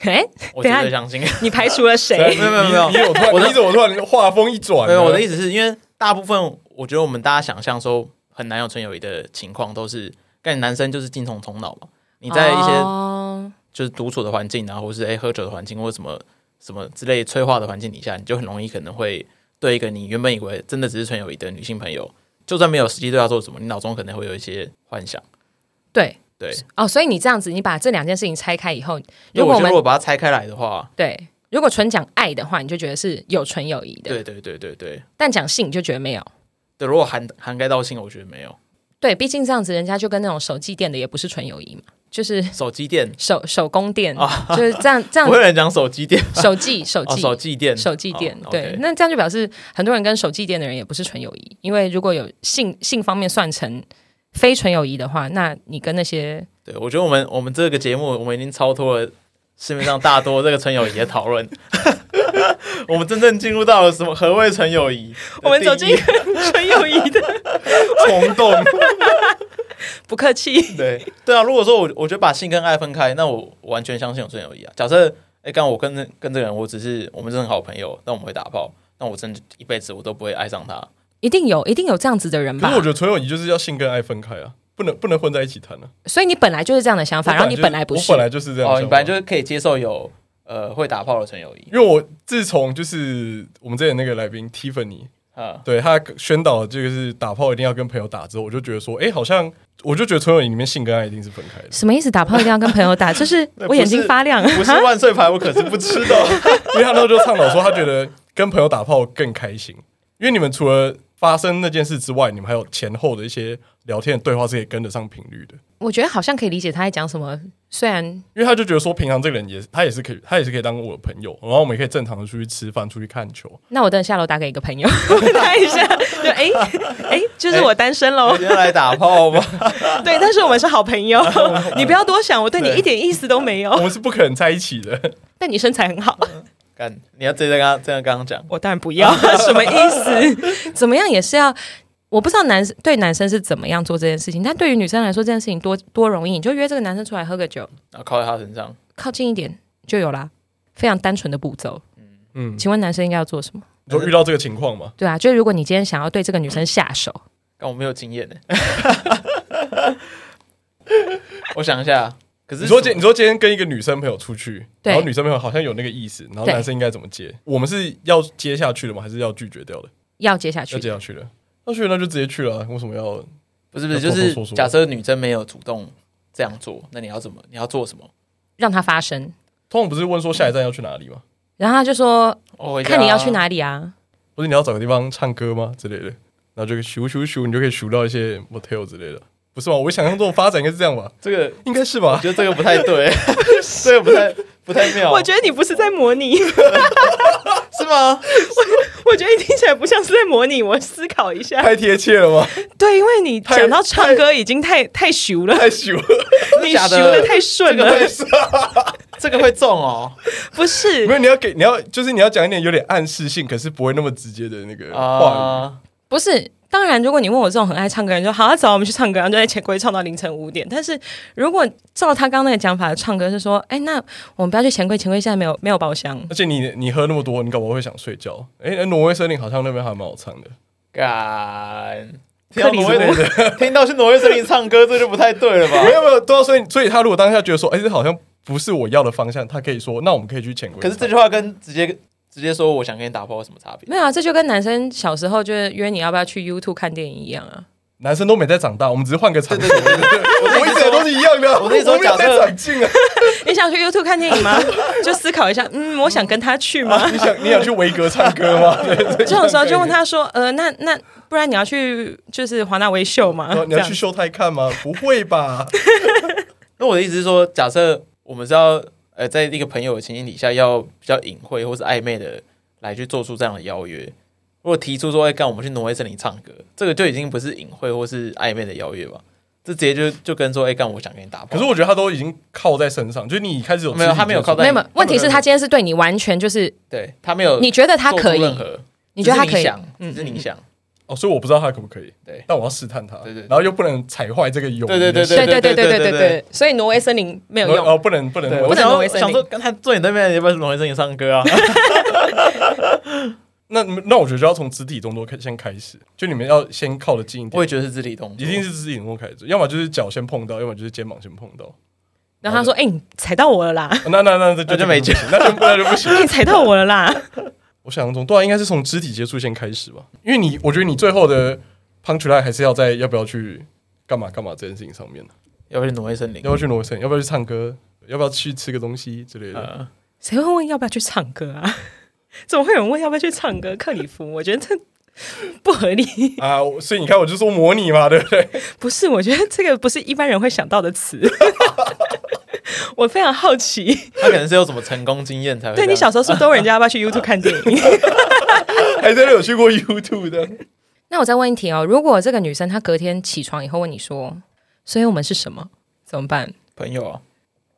哎，
我绝
等一下
对相信。
你排除 了谁？
没有没有没有
啊你你有突然，
我的
你怎么突然话锋一转呢？啊
没有，我的意思是因为大部分我觉得我们大家想象说很难有纯友谊的情况，都是干男生就是精虫充脑嘛。你在一些
哦
就是独处的环境啊，或是诶喝酒的环境，或什么什么之类催化的环境底下，你就很容易可能会对一个你原本以为真的只是纯友谊的女性朋友，就算没有实际对她做什么，你脑中可能会有一些幻想。
对
对，
哦，所以你这样子，你把这两件事情拆开以后，
因
如
为
果
我
我
觉得
们
如果把它拆开来的话，
对。如果纯讲爱的话，你就觉得是有纯友谊的；
对对对对对
但讲性，你就觉得没有。
对，如果涵涵盖到性，我觉得没有。
对，毕竟这样子，人家就跟那种手机店的也不是纯友谊嘛，就是
手机店，
手手工店，就是这样这样
不会有人讲手机店，
手技手
哦，
技、
手机店，
手技店，
哦
对
OK
那这样就表示很多人跟手技店的人也不是纯友谊，因为如果有性性方面算成非纯友谊的话，那你跟那些
对，我觉得我们我们这个节目，我们已经超脱了市面上大多这个纯友谊的讨 论，我们真正进入到了什么何谓纯友谊的定义？
我们走进纯友谊的，
虫 洞。
不客气。
对对啊，如果说我我觉得把性跟爱分开，那我我完全相信有纯友谊啊。假设哎，刚、我跟那跟这个人，我只是我们是很好朋友，那我们会打炮，那我真的一辈子我都不会爱上他。
一定有，一定有这样子的人
可
吧
是我？觉得纯友谊就是要性跟爱分开啊，不能不能混在一起谈啊。
所以你本来就是这样的想法，然后你
我
本来不，
就是我本来就是这样
哦，
想法，
你本来就是可以接受有呃会打炮的纯友谊。
因为我自从就是我们之前那个来宾 Tiffany，
啊，
对他宣导这个是打炮一定要跟朋友打之后，我就觉得说，哎、好像我就觉得纯友谊里面性跟爱一定是分开的。
什么意思？打炮一定要跟朋友 打，就是
那
我
不
眼睛
是
发亮。
不是万岁牌，我可是不吃 的。
因为他那时候就倡导说，他觉得跟朋友打炮更开心，因为你们除了发生那件事之外，你们还有前后的一些聊天的对话是可以跟得上频率的。
我觉得好像可以理解他在讲什么，虽然
因为他就觉得说，平常这个人也他也是可以，他也是可以当我的朋友，然后我们也可以正常的出去吃饭、出去看球。
那我等下楼打给一个朋友， 问他一下，就哎 哎，就是我单身喽
今。天来打炮吧。
对，但是我们是好朋 友，你不要多想，我哎对你一点意思都没
我
有。
们是不可能在一起的，
但你身材很好，
干，你要直接跟他这样刚刚讲，
我当然不要， 什么意思？怎么样也是要。我不知道男生对男生是怎么样做这件事情，但对于女生来说，这件事情多多容易，你就约这个男生出来喝个酒，
然后靠在他身上，
靠近一点就有啦，非常单纯的步骤。
嗯，
请问男生应该要做什么？
你说遇到这个情况嘛？
对啊，就是如果你今天想要对这个女生下手，
但我没有经验呢。我想一下，可是
你说
什
今
么
你说今天跟一个女生朋友出去，
对
然后女生朋友好像有那个意思，然后
对
男生应该怎么接？我们是要接下去的吗？还是要拒绝掉的？
要接下去
要接下去的，要去那就直接去了啊，为什么要？
不是不是，
要
就
偷偷
是
说说
假设女生没有主动这样做，那你要怎么？你要做什么？
让它发生。
通常不是问说下一站要去哪里吗？
然后他就说
哦我回：“家
看你要去，哪里啊
不是你要找个地方唱歌吗之类的？然后就咻咻咻，你就可以咻到一些 motel 之类的，不是吗？我想象中的发展应该是这样吧？
这个
应该是
我
吧？
觉得这个不太 对，这个不太不太？”妙。
我觉得你不是在模拟，
是吗？
我觉得你听起来不像是在模拟。我思考一下，
太贴切了吗？
对，因为你
太
讲到唱歌已经太太熟 了，
太咻了，
你
假
熟
的
的太顺了，
这个会 中哦
不是
没有你要给你要就是你要讲一点有点暗示性，可是不会那么直接的那个话语。
啊！
不是，当然，如果你问我这种很爱唱歌的人说，好、啊，走，我们去唱歌，然后就在潜规唱到凌晨五点。但是如果照他刚刚那个讲法，唱歌是说，哎、那我们不要去潜规，潜规现在没有没有包厢。
而且你你喝那么多，你搞不好会想睡觉。哎、那挪威森林好像那边还蛮好唱的。
干，听
克
到
里
挪
斯
威
摩
森林， 听到去挪威森林唱歌，这就不太对了
没
吧？
有没有，对啊，所以所以他如果当下觉得说，哎、这好像不是我要的方向，他可以说，那我们可以去潜规。
可是这句话跟直接直接说我想跟你打炮有什么差别？
没有啊，这就跟男生小时候就是约你要不要去 YouTube 看电影一样啊。
男生都没在长大，我们只是换个场景。我
我
一直都是一样的啊，
我那时候
没有
假
在
设
长进啊。
你想去 YouTube 看电影吗？就思考一下，嗯，我想跟他去吗？
你想你想去维格唱歌吗？对对对
这种时候就问他说，呃，那那不然你要去就是华纳维秀吗？
说你
这
要
样
去秀泰看吗？不会吧？
那我的意思是说，假设我们是要呃，在一个朋友的情境底下，要比较隐晦或是暧昧的来去做出这样的邀约。如果提出说，哎、干，我们去挪威森林唱歌，这个就已经不是隐晦或是暧昧的邀约吧？这直接就就跟说，哎、干，我想跟你打炮。
可是我觉得他都已经靠在身上，就是你开始有
没有
肢体
他没有
接触
靠在
没有，没有问题是他今天是对你完全就是，
对他没有，
你觉得他可以，
任何，
你觉得他
只是
可以，
想，只是你想，
哦，所以我不知道他可不可以。
对
但我要试探他，
对对对
然后又不能踩坏这个友谊的
对对
线，
对
对对对对
对
对对
对
对，所以挪威森林没有
然
用
后。哦，不能不能，
对，
我
我
不能
想
挪威
说
森林
想说跟他坐你对面，要不要去挪威森林唱 歌啊？
那那我觉得就要从肢体动作开先开始，就你们要先靠得近一
我
点，
也觉得是肢体动作，
一定是肢体动作开始，要么就是脚先碰到，要么就是肩膀先碰到。
然后他说：“哎、你踩到我了啦！
哦那那那这
那就没
不行，那就 那就不行。
你踩到我了啦
我想象中，对啊，应该是从肢体接触先开始吧，因为你我觉得你最后的 punch line 还是要在要不要去干嘛干嘛这件事情上面，
要不要去挪威森林
要不？要去挪威森林，要不要去唱歌，要不要去吃个东西之类的。
呃，！”
谁会问要不要去唱歌啊？怎么会有人问要不要去唱歌？克里夫，我觉得这不合理。
啊，我所以你看，我就说模拟嘛，对不对？
不是，我觉得这个不是一般人会想到的 词。我非常好奇，
他可能是有什么成功经验才会这
对
样。
你小时候是不是都问人家要不要 去 YouTube 看电影？
还真的有去过 YouTube 的，
那我再问一题哦，如果这个女生她隔天起床以后问你说：“所以我们是什么？”怎么办？
朋友啊，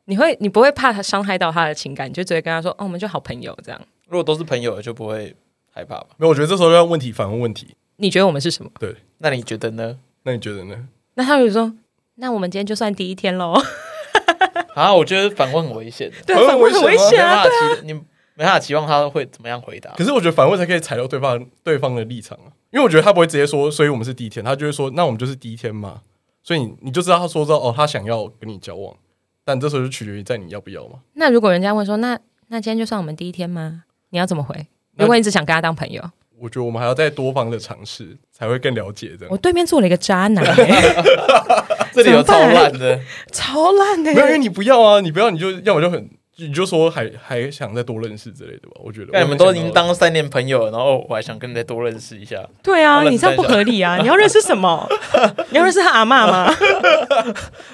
你会你不会怕她伤害到她的情感，你就直接跟她说：“哦，我们就好朋友。”这样，
如果都是朋友就不会害怕吧？
没有，我觉得这时候要问题反问问题。
你觉得我们是什么？
对，
那你觉得呢？
那你觉得呢？
那他就说：“那我们今天就算第一天 喽。
啊，我觉得反问很危险的，
对
很
反问很
危
危
没
险
办！
啊
法期，你没办法期望他会怎么样回答
可。是我觉得反问才可以踩到对方对方的立场啊，因为我觉得他不会直接说，所以我们是第一天，他就会说，那我们就是第一天嘛。所以你你就知道他说到哦，他想要跟你交往，但这时候就取决于在你要不要嘛。
那如果人家问说：“那那今天就算我们第一天吗？”你要怎么回？
那
如果你只想跟他当朋友，
我觉得我们还要再多方的尝试，才会更了解这样
我。对面坐了一个渣男、欸，
这理由超烂的，
超烂的、
没有，因为你不要啊，你不要，你就要么就很，你就说还还想再多认识之类的吧。我觉得
那你们都已经
应
当三年朋友了，然后我还想跟你再多认识一下。
对啊，
我
你这样不合理啊！你要认识什 么？你要认识他阿嬷 吗？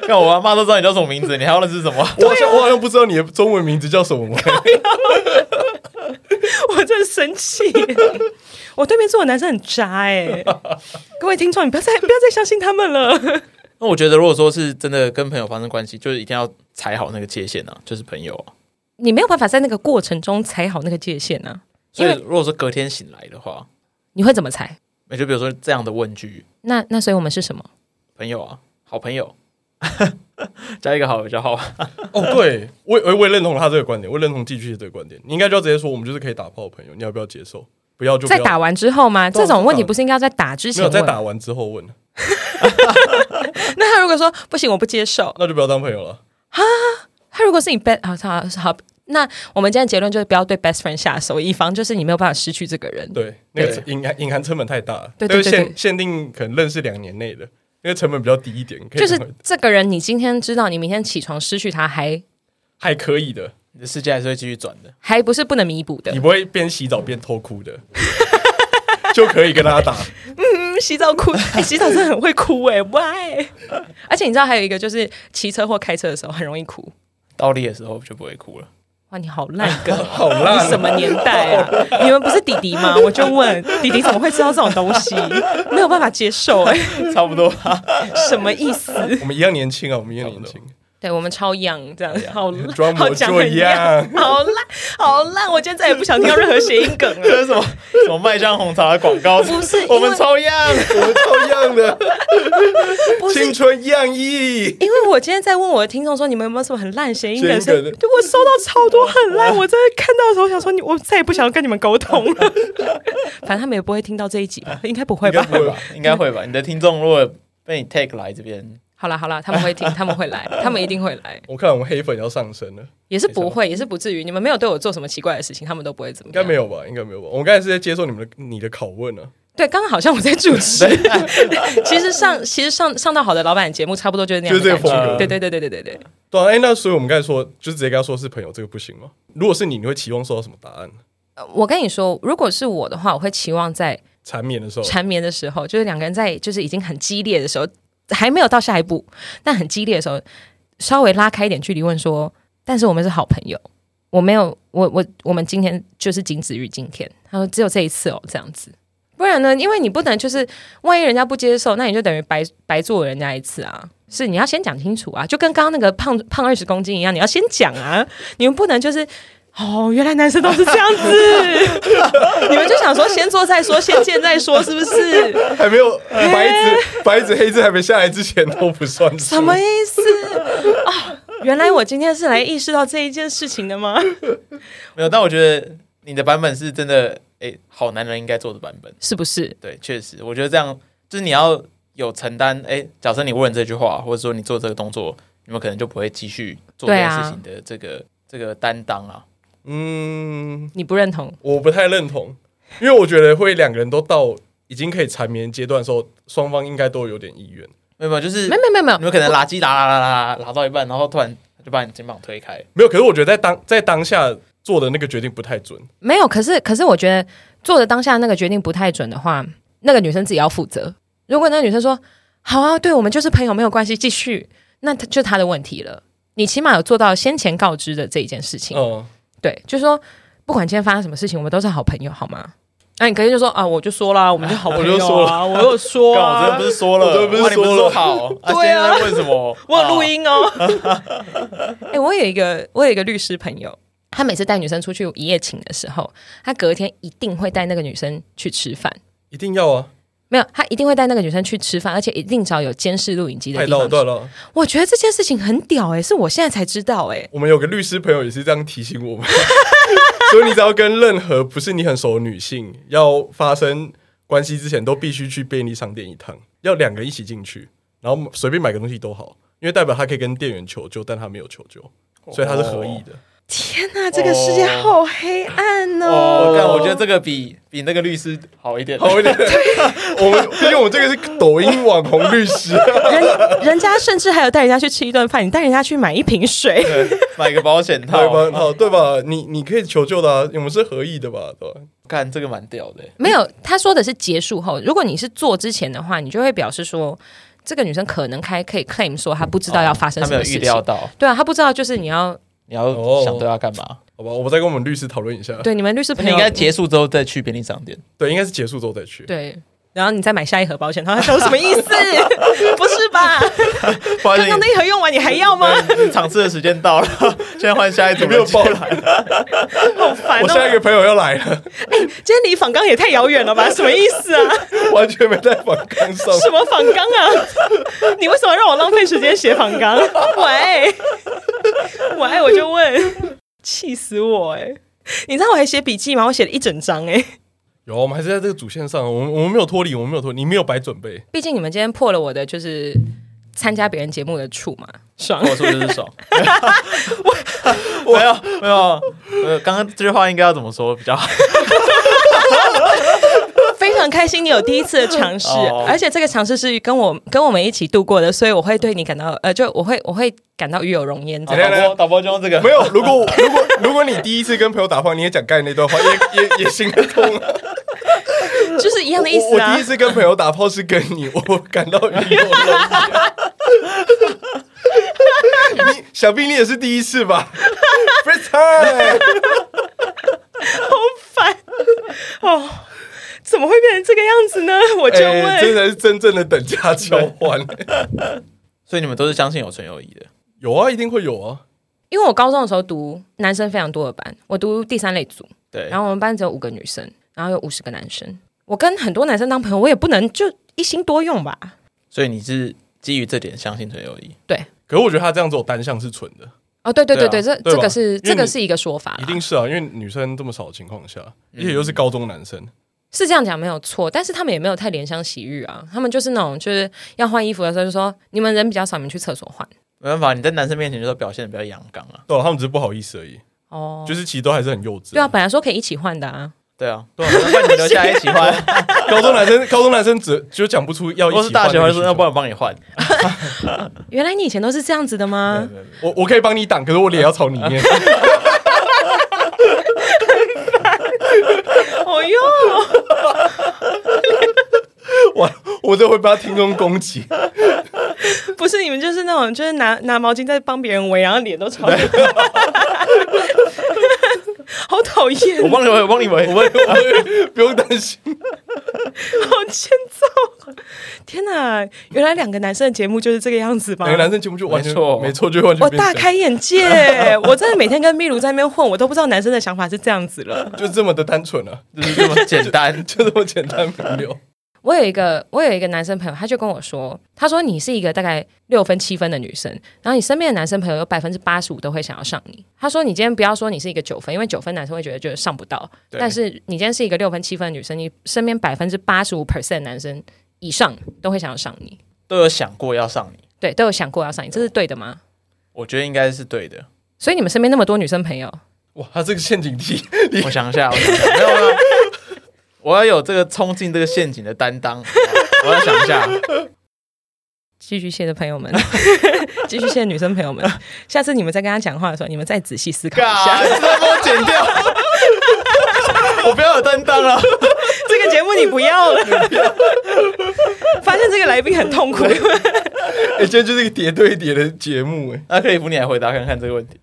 看我阿妈都知道你叫什么名字，你还要认识什 么？
我好像、我好像不知道你的中文名字叫什么，
我真的生气。我对面坐的男生很渣哎、 各位听众，你不要再不要再相信他们了。
那我觉得，如果说是真的跟朋友发生关系，就是一定要踩好那个界限啊，就是朋友啊。
你没有办法在那个过程中踩好那个界限啊！
所以
因为，
如果说隔天醒来的话，
你会怎么踩？
也就比如说这样的问句，
那那所以我们是什么？
朋友啊，好朋友， 加一个好友就好。 啊
哦，对，我我我也认同他这个观点，我也认同地区这个观点。你应该就要直接说，我们就是可以打炮的朋友，你要不要接受？不要就不
在
要
打完之后吗？
对啊
这种问题不是应该要在打之
没
前
有
问？
在打完之后问，
那他如果说不行，我不接受，
那就不要当朋友了。
他如果是你 best 啊，他好，那我们今天结论就是不要对 best friend 下手，以防就是你没有办法失去这个人。
对，那个
对
隐含隐含成本太大了，
嗯对对
就是
对
限
对
限定可能认识两年内的，因为成本比较低一点，可以
就是
成本
这个人，你今天知道，你明天起床失去他还
还可以的，
你的世界还是会继续转的。
还不是不能弥补的
你。不会边洗澡边偷哭的， 就可以跟他打。
嗯，洗澡 哭，哎、洗澡真的很会哭哎、喂！而且你知道还有一个就是骑车或开车的时候很容易哭。
倒立的时候就不会哭了。
哇，你好烂梗，
好烂
你什么年代啊？你们不是弟弟 吗？我就问弟弟怎么会知道这种东西，没有办法接受哎、
差不 多吧，
什么意思？
我们一样年轻啊，我们一样年轻，
对我们超 young 这样，好烂，
装模
好讲
作
很
样。
好烂，好烂！我今天再也不想听到任何谐音梗了。
这是什么什么麦香红茶的广告？
不是因为
我们超 样。
我们照样的
不是啊
青春洋溢。
因为我今天在问我的听众说，你们有没有什么很烂谐音梗？
谐音梗
是对我收到超多很烂，我真的看到的时候想说你，我再也不想要跟你们沟通 了。反正他们也不会听到这一集吧？应该不会吧
应该？会吧？应该会吧？你的听众如果被你 take 来这边，
好啦好啦，他们会听，他们会来，他们一定会 来，
我看我们黑粉要上升了，
也是不会，也是不至于。你们没有对我做什么奇怪的事情，他们都不会怎么
应
样。
该没有吧？应该没有吧？我们刚才是在接受你们的你的拷问啊。
对，刚刚好像我在主 持。 其实上，其实上上到好的老板节目，差不多就是那样的
就是
感
这
觉。
个风格
对对对对对对对。
对啊，哎、那所以我们刚才说，就是直接跟他说是朋友，这个不行吗？如果是你，你会期望收到什么答案？
呃我跟你说，如果是我的话，我会期望在
缠绵的时候，
缠绵的时候，就是两个人在就是已经很激烈的时候，还没有到下一步，但很激烈的时候，稍微拉开一点距离，问说：“但是我们是好朋友，我没有，我我我们今天就是仅止于今天。”他说：“只有这一次哦，这样子。”不然呢？因为你不能就是，万一人家不接受，那你就等于白白做人家一次啊！是你要先讲清楚啊，就跟刚刚那个胖胖二十公斤一样，你要先讲啊！你们不能就是哦，原来男生都是这样子， 你们就想说先做再说，先见再说，是不是？
还没有
哎
白纸、白纸黑字还没下来之前都不算数
什么意思 啊？原来我今天是来意识到这一件事情的吗？
没有。但我觉得你的版本是真的，哎，好男人应该做的版本。
是不是？
对，确实，我觉得这样就是你要有承担。哎，假设你问这句话，或者说你做这个动作，你们可能就不会继续做这
对
件
啊
事情的这个、这个担当啊。
嗯，
你不认同？
我不太认同，因为我觉得会两个人都到已经可以缠绵阶段的时候，双方应该都有点意愿。
没有，没有就是
没有没有没有
你们可能拉鸡拉拉拉拉拉到一半，然后突然就把你肩膀推开，
没有，可是我觉得在当在当下做的那个决定不太准。
没有。可是可是，我觉得做的当下那个决定不太准的话，那个女生自己要负责。如果那个女生说“好啊，对我们就是朋友，没有关系，继续”，那她就她的问题了。你起码有做到先前告知的这一件事情。
嗯，
对，就是说不管今天发生什么事情，我们都是好朋友，好吗？那、你可以就说啊，我就说啦，我们就 好朋友啊，我有说
干
啊，
我真的不是说了，
我真的不是
哇你
说了
说好，
对啊
现在在问什么？
我有录
啊，
音哦。 哎、我有一个我有一个律师朋友，他每次带女生出去一夜情的时候，他隔天一定会带那个女生去吃饭。
一定要啊，
没有，他一定会带那个女生去吃饭，而且一定找有监视录影机的
拍
地方
到
去。
对了。
我觉得这件事情很屌哎、是我现在才知道哎、
我们有个律师朋友也是这样提醒我们， 所以你只要跟任何不是你很熟的女性要发生关系之前，都必须去便利商店一趟，要两个人一起进去，然后随便买个东西都好，因为代表他可以跟店员求救，但他没有求救，所以他是合意的。
天哪，这个世界好黑暗哦！
哦，但我觉得这个比比那个律师好一点，
好一点，我们毕竟我们这个是抖音网红律师，啊
人人家甚至还有带人家去吃一顿饭，你带人家去买一瓶水。
对买个保险
对
套，
吧？好，对吧？你你可以求救的、啊，我们是合意的吧？对吧？
看这个蛮屌的。
没有，他说的是结束后。如果你是做之前的话，你就会表示说，这个女生可能开可以 claim 说她不知道要发生
他
什
没有
么事
预
情。
料到，
对啊，她不知道，就是 你要
你要
哦
想对他干嘛？
好吧，我们再跟我们律师讨论一下。
对你们律 师朋
你
友
应该结束之后再去便利商店。
对，应该是结束之后再去。
对，然后你再买下一盒保险套，他说什 么意思？不是吧？
不好意
刚
思
刚那一盒用完，你还要吗？
对场次的时间到了， 现在换下一组
有
人
没有
进
包
来
来？
好烦
我
哦！
下一个朋友要来了，
今天离访纲也太遥远了吧？什么意思啊？
完全没在反纲上。
什么访纲啊？ 你为什么让我浪费时间写访 纲？喂，喂，我就问，气死我哎、你知道我还写笔记吗？我写了一整张哎、
有，我们还是在这个主线上，我们我们没有脱离，我们没有脱离，你没有白准备。
毕竟你们今天破了我的就是参加别人节目的处嘛，爽
我说就是爽。 没有没有，呃，刚刚这句话应该要怎么说比较 好？
非常开心你有第一次的尝试
哦，
而且这个尝试是跟我跟我们一起度过的，所以我会对你感到呃，就我会我会感到与有荣焉这
导
样。
来来
播导播就用这个
没，有，如果如 果如果你第一次跟朋友打炮，你也讲盖那段话，也也也行得通啊。
就是一样的意
我
思
我
啊
第一。 次跟朋友打炮是跟你，我感到鱼有肉。 你想必你也是第一次 吧？First time，
烦哦，怎么会变成这个样子呢？我就问，
哎这才是真正的等价交换。
所以你们都是相信有纯友谊的。
有啊，一定会有啊。
因为我高中的时候读男生非常多的班，我读第三类组，
对，
然后我们班只有五个女生，然后有五十个男生。我跟很多男生当朋友，我也不能就一心多用吧？
所以你是基于这点相信纯友谊，
对，
可是我觉得他这样做单向是蠢的，
哦，对对对
对
对，
啊
这
对吧
这个是
因为你
这个是一个说法啦，
一 定是啊，因为女生这么少的情况下，
嗯
而且又是高中男生，
是这样讲没有错，但是他们也没有太怜香惜玉啊，他们就是那种就是要换衣服的时候就说你们人比较少，你们去厕所换
没办法，你在男生面前就是表现的比较阳刚啊。
对啊，他们只是不好意思而已，
哦，
就是其实都还是很幼稚
对。啊，本来说可以一起换的啊，
对啊，对啊，那你们留下来一起 换。
高中男生， 高中男生只就讲不出要一
我
起
是大学
换
还
的
是
需求
要不然我帮你换。
原来你以前都是这样子的吗？
我我可以帮你挡，可是我脸要朝 里面。
哦哟，
我我这会被他听众攻击。
不是你们就是那种就是拿拿毛巾在帮别人围，然后脸都朝， 好讨厌
我，帮你围，我帮你围， 我帮
我会不用担心，
好欠揍！天哪，原来两个男生的节目就是这个样子吗
两？个男生节目就完全
没错
没错，就完全
我
变成
大开眼界，我真的每天跟秘鲁在那边混，我都不知道男生的想法是这样子了。
就这么的单纯啊，
就是这么简单。
就这么简单明了。
我有一个我有一个男生朋友，他就跟我说，他说你是一个大概六分七分的女生，然后你身边的男生朋友有百分之八十五都会想要上你。他说你今天不要说你是一个九分，因为九分男生会觉得就是上不到，
对
但是你今天是一个六分七分的女生，你身边百分之八十五 percent 男生以上都会想要上你，
都有想过要上你，
对，都有想过要上你，这是对的吗？
我觉得应该是对的。
所以你们身边那么多女生朋友，
哇，他这个陷阱题，
我想一下，我想一下，没有没有，我要有这个冲进这个陷阱的担 当。我要想一下，
寄居蟹的朋友们， 寄居蟹的女生朋友们，下次你们在跟他讲话的时候，你们再仔细思考一下
嘎，。这段帮我剪掉， 我不要有担当了。
这个节目你不要 了。发现这个来宾很痛苦，
哎、今天就是一个叠对叠的节目、哎，
啊那克里夫，你来回答看看这个问题。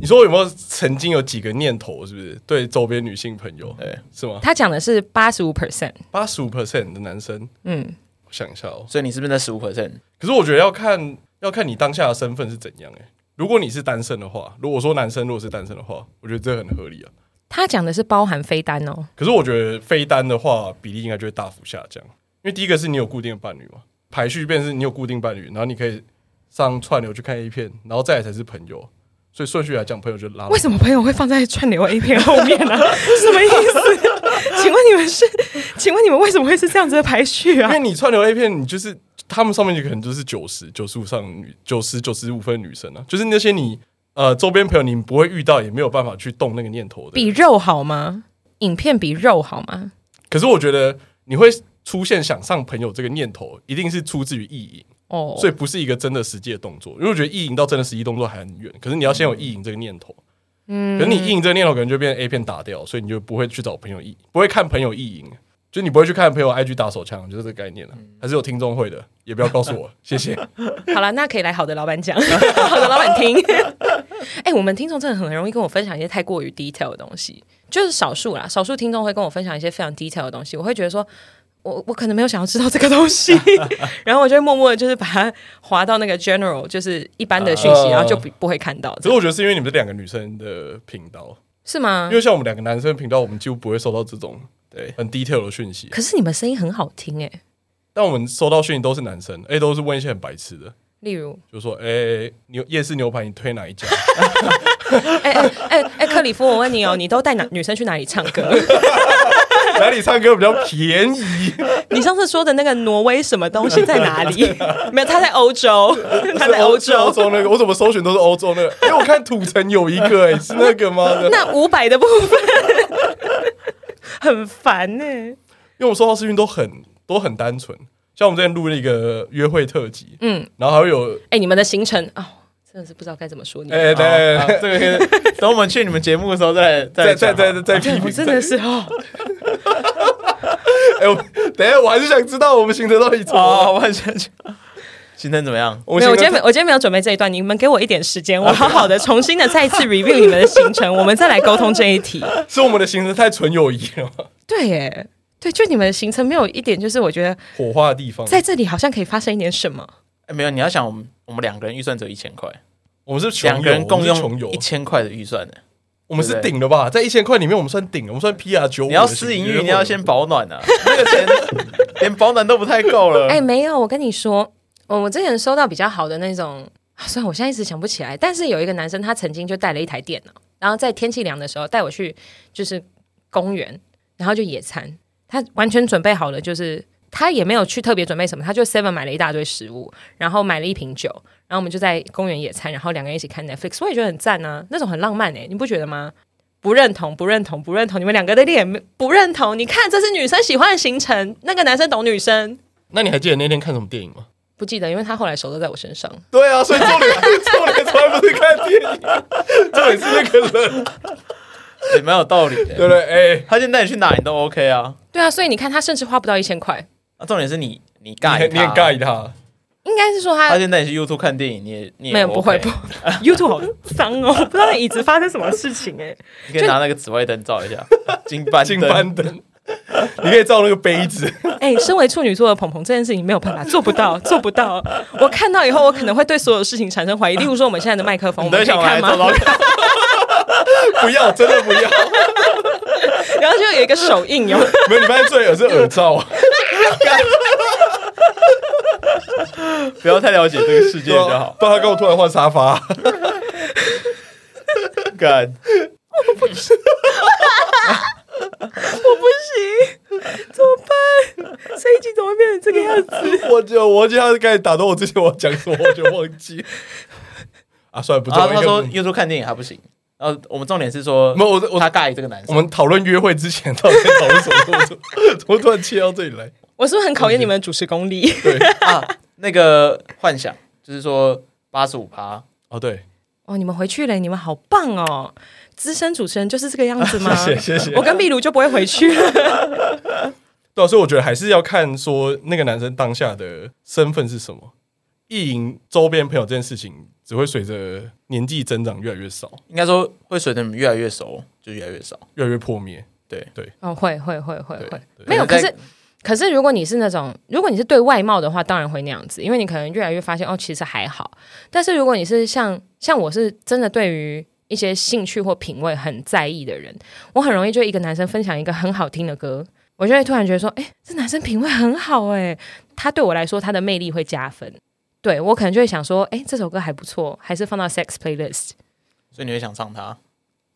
你说我有没有曾经有几个念头，是不是对周边女性朋友，
对，
是吗？
他讲的是八十五 percent，
八十五 percent 的男生，
嗯，
我想一下哦。
所以你是不是那十五 percent？
可是我觉得要看要看你当下的身份是怎样、哎，如果你是单身的话，如果说男生如果是单身的话，我觉得这很合理啊。
他讲的是包含飞单哦，
可是我觉得非单的话，比例应该就会大幅下降，因为第一个是你有固定的伴侣嘛，排序便是你有固定伴侣，然后你可以上串流去看 A 片，然后再来才是朋友，所以顺序来讲，朋友就拉了
为什么朋友会放在串流 A 片后面呢、 什么意 思？请问你们是？请问你们为什么会是这样子的排序
因
啊
为？你串流 A 片，你就是他们上面就可能就是九十、九十五上的女、九十、九十五分的女生啊，就是那些你呃周边朋友你不会遇到，也没有办法去动那个念头的。
比肉好吗？影片比肉好吗？
可是我觉得你会出现想上朋友这个念头，一定是出自于意淫。
哦，
所以不是一个真的实际的动作，因为我觉得意淫到真的实际动作还很远。可是你要先有意淫这个念头，嗯，可是你意淫这个念头可能就变成 A 片打掉，所以你就不会去找朋友意，不会看朋友意淫，就你不会去看朋友 IG 打手枪，就是这个概念了。啊
嗯
还是有听众会的，也不要告诉 我，谢谢。
好了，那可以来好的老板讲， 好的老板听。 哎、我们听众真的很容易跟我分享一些太过于 detail 的东西，就是少数啦，少数听众会跟我分享一些非常 detail 的东西，我会觉得说。我我可能没有想要知道这个东西， 然后我就会默默的，就是把它划到那个 general，就是一般的讯息，
呃
然后就不不会看到，
可是我觉得是因为你们这两个女生的频道，
是吗
因？为像我们两个男生频道，我们几乎不会收到这种
嗯
对，
很 detail 的讯息，
可是你们声音很好听哎、
但我们收到讯息都是男生，哎，都是问一些很白痴的。
例如，
就说，哎、牛夜市牛排你推哪一家？
哎哎哎哎，克里夫，我问你哦，你都带哪女生去哪里唱歌？
哪里唱歌比较便宜？
你上次说的那个挪威什么东西在哪 里？没有，他在欧洲，他在欧
是欧
洲。
洲那个，我怎么搜寻都是欧洲 那个？因为我看土城有一个、哎，是那个吗？
那五百的部分很烦呢、
因为我们收到视讯都很都很单纯，像我们之前录了一个约会特辑，
嗯，
然后还会有
哎、你们的行程哦，真的是不知道该怎么说你们。
哎，对
哦
啊
好
对
这个可以等我们去你们节目的时候 再
对，
再
在
再
在在在批
我
评，
真的是哦，
哎，我等一下我还是想知道我们行程到底怎么了。
哦，完全行程怎么样？
我
没
们
有，我
行
今天
程
没，我今天没有准备这一段，你们给我一点时 间，我好好的重新的再一次 review 你们的行程，我们再来沟通这一 题。
是我们的行程太纯友谊了吗，
对，耶，对，就你们的行程没有一点，就是我觉得
火花的地方。
在这里好像可以发生一点什么。
哎没有，你要想我们我们两个人预算只有一千块，
我们是穷
两个人
游
共
我们是穷
用
游
一，千块的预算呢。
我们是
对不对
顶的吧？在一千块里面，我们算顶了，我们算 PR 九五。
你要私营运，你要先保暖啊，那个 钱连保暖都不太够了。
哎、没有，我跟你说，我我之前收到比较好的那种，啊虽然我现在一直想不起来，但是有一个男生他曾经就带了一台电脑，然后在天气凉的时候带我去就是公园，然后就野餐，他完全准备好了，就是他也没有去特别准备什么，他就 seven 买了一大堆食物，然后买了一瓶酒，然后我们就在公园野餐，然后两个人一起看 Netflix，我也觉得很赞啊，那种很浪漫哎、你不觉得吗？不认同，不认同，不认同！你们两个的脸不认同。你看，这是女生喜欢的行程，那个男生懂女生。
那你还记得那天看什么电影吗？
不记得，因为他后来手都在我身上。
对啊，所以重点 重点从来不是看电影，重点是那个人，
也蛮有道理
对不
的。
对？哎、
他现在你去哪你都 OK 啊。
对啊，所以你看，他甚至花不到一千块，
那重点是你你
你
尬
很你很尬一他，
应该是说他
他现在你去 YouTube 看电影，你也你也
没有不会
OK
不 YouTube 好脏哦，我不知道那椅子发生什么事情哎、
你可以拿那个紫外灯照一下，金斑
进
灯
班灯，你可以照那个杯子，
哎、身为处女座的鹏鹏，这件事情没有办法做不到，做不到。我看到以后，我可能会对所有事情产生怀疑。例如说，我们现在的麦 克风，我
你都
们可以
想
看
来
吗
找？到看，
不要，真的不要。
然后就有一个手印有没有
没有，你发现最耳是耳罩啊，
不要太了解这个世界
对
就
啊
好。，
不然他跟我突然换沙发、
啊
干，
我不行，怎么办？这一集怎么会变成这个样子？
我就我就他开始打断我之前我要讲什么，我就忘记。啊，算了，不重
然后
要。
他说
应该
YouTube 看电影还不行，然后我们重点是说，
没有，我我
他尬这个男
我
生，
们讨论约会之前到底在讨论什么？怎么 怎么突然切到这里来？
我是不是很考验你们的主持功力？
对，
啊那个幻想就是说八十五趴，
哦对，
哦，你们回去了，你们好棒哦！资深主持人就是这个样子吗？
谢谢谢谢。
我跟壁炉就不会回去了。
对啊、所以我觉得还是要看说那个男生当下的身份是什么。意淫周边朋友这件事情，只会随着年纪增长越来越少，
应该说会随着你们越来越熟就越来越少。
越来越破灭。
对
对
哦，会会会会
对
会，
对
没有。可
可能在
是可是，如果你是那种，如果你是对外貌的话，当然会那样子，因为你可能越来越发现哦，其实还好。但是如果你是像像我是真的对于一些兴趣或品味很在意的人，我很容易就一个男生分享一个很好听的歌，我就会突然觉得说，哎，这男生品味很好哎、他对我来说他的魅力会加分。对我可能就会想说，哎，这首歌还不错，还是放到 sex playlist。
所以你会想上他，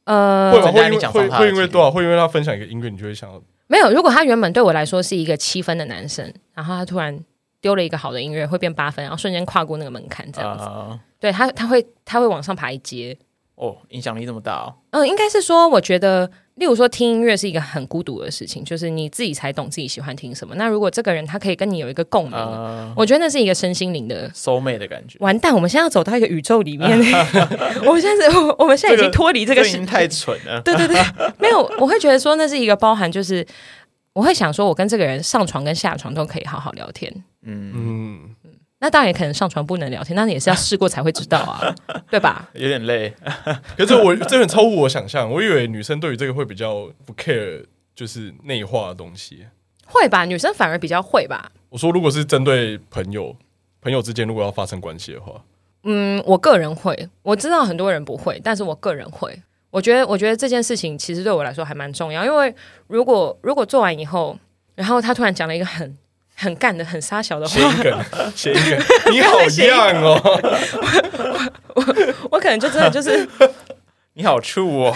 呃，
会吗？
增加
会
你
因为
讲
会
脏话
会
的
因为
几率
多少？会因为他分享一个音乐，你就会想要
没有，如果他原本对我来说是一个七分的男生，然后他突然丢了一个好的音乐，会变八分，然后瞬间跨过那个门槛，这样子。
啊
对他，他会他会往上爬一阶。
哦，影响力这么大哦，
嗯，应该是说，我觉得，例如说听音乐是一个很孤独的事情，就是你自己才懂自己喜欢听什么。那如果这个人他可以跟你有一个共鸣，
啊，
我觉得那是一个身心灵的。
收妹的感觉，
完蛋，我们现在要走到一个宇宙里面，我们现在是我们现在已经脱离这个
已
时
经太蠢 啊了。
对对 对，没有，我会觉得说那是一个包含，就是我会想说，我跟这个人上床跟下床都可以好好聊天。
嗯，
嗯，
那当然也可能上床不能聊天，那你也是要试过才会知道啊，对吧？
有点累，
可是我 这很超乎我想象，我以为女生对于这个会比较不 care，就是内化的东西。
会吧，女生反而比较会吧。
我说，如果是针对朋友，朋友之间如果要发生关系的话，
嗯，我个人会，我知道很多人不会，但是我个人会。我觉得，我觉得这件事情其实对我来说还蛮重要，因为如果如果做完以后，然后他突然讲了一个很很干的、很沙小的话
谐，音梗，谐音梗，你好样哦！
我可能就真的就是
你好处哦，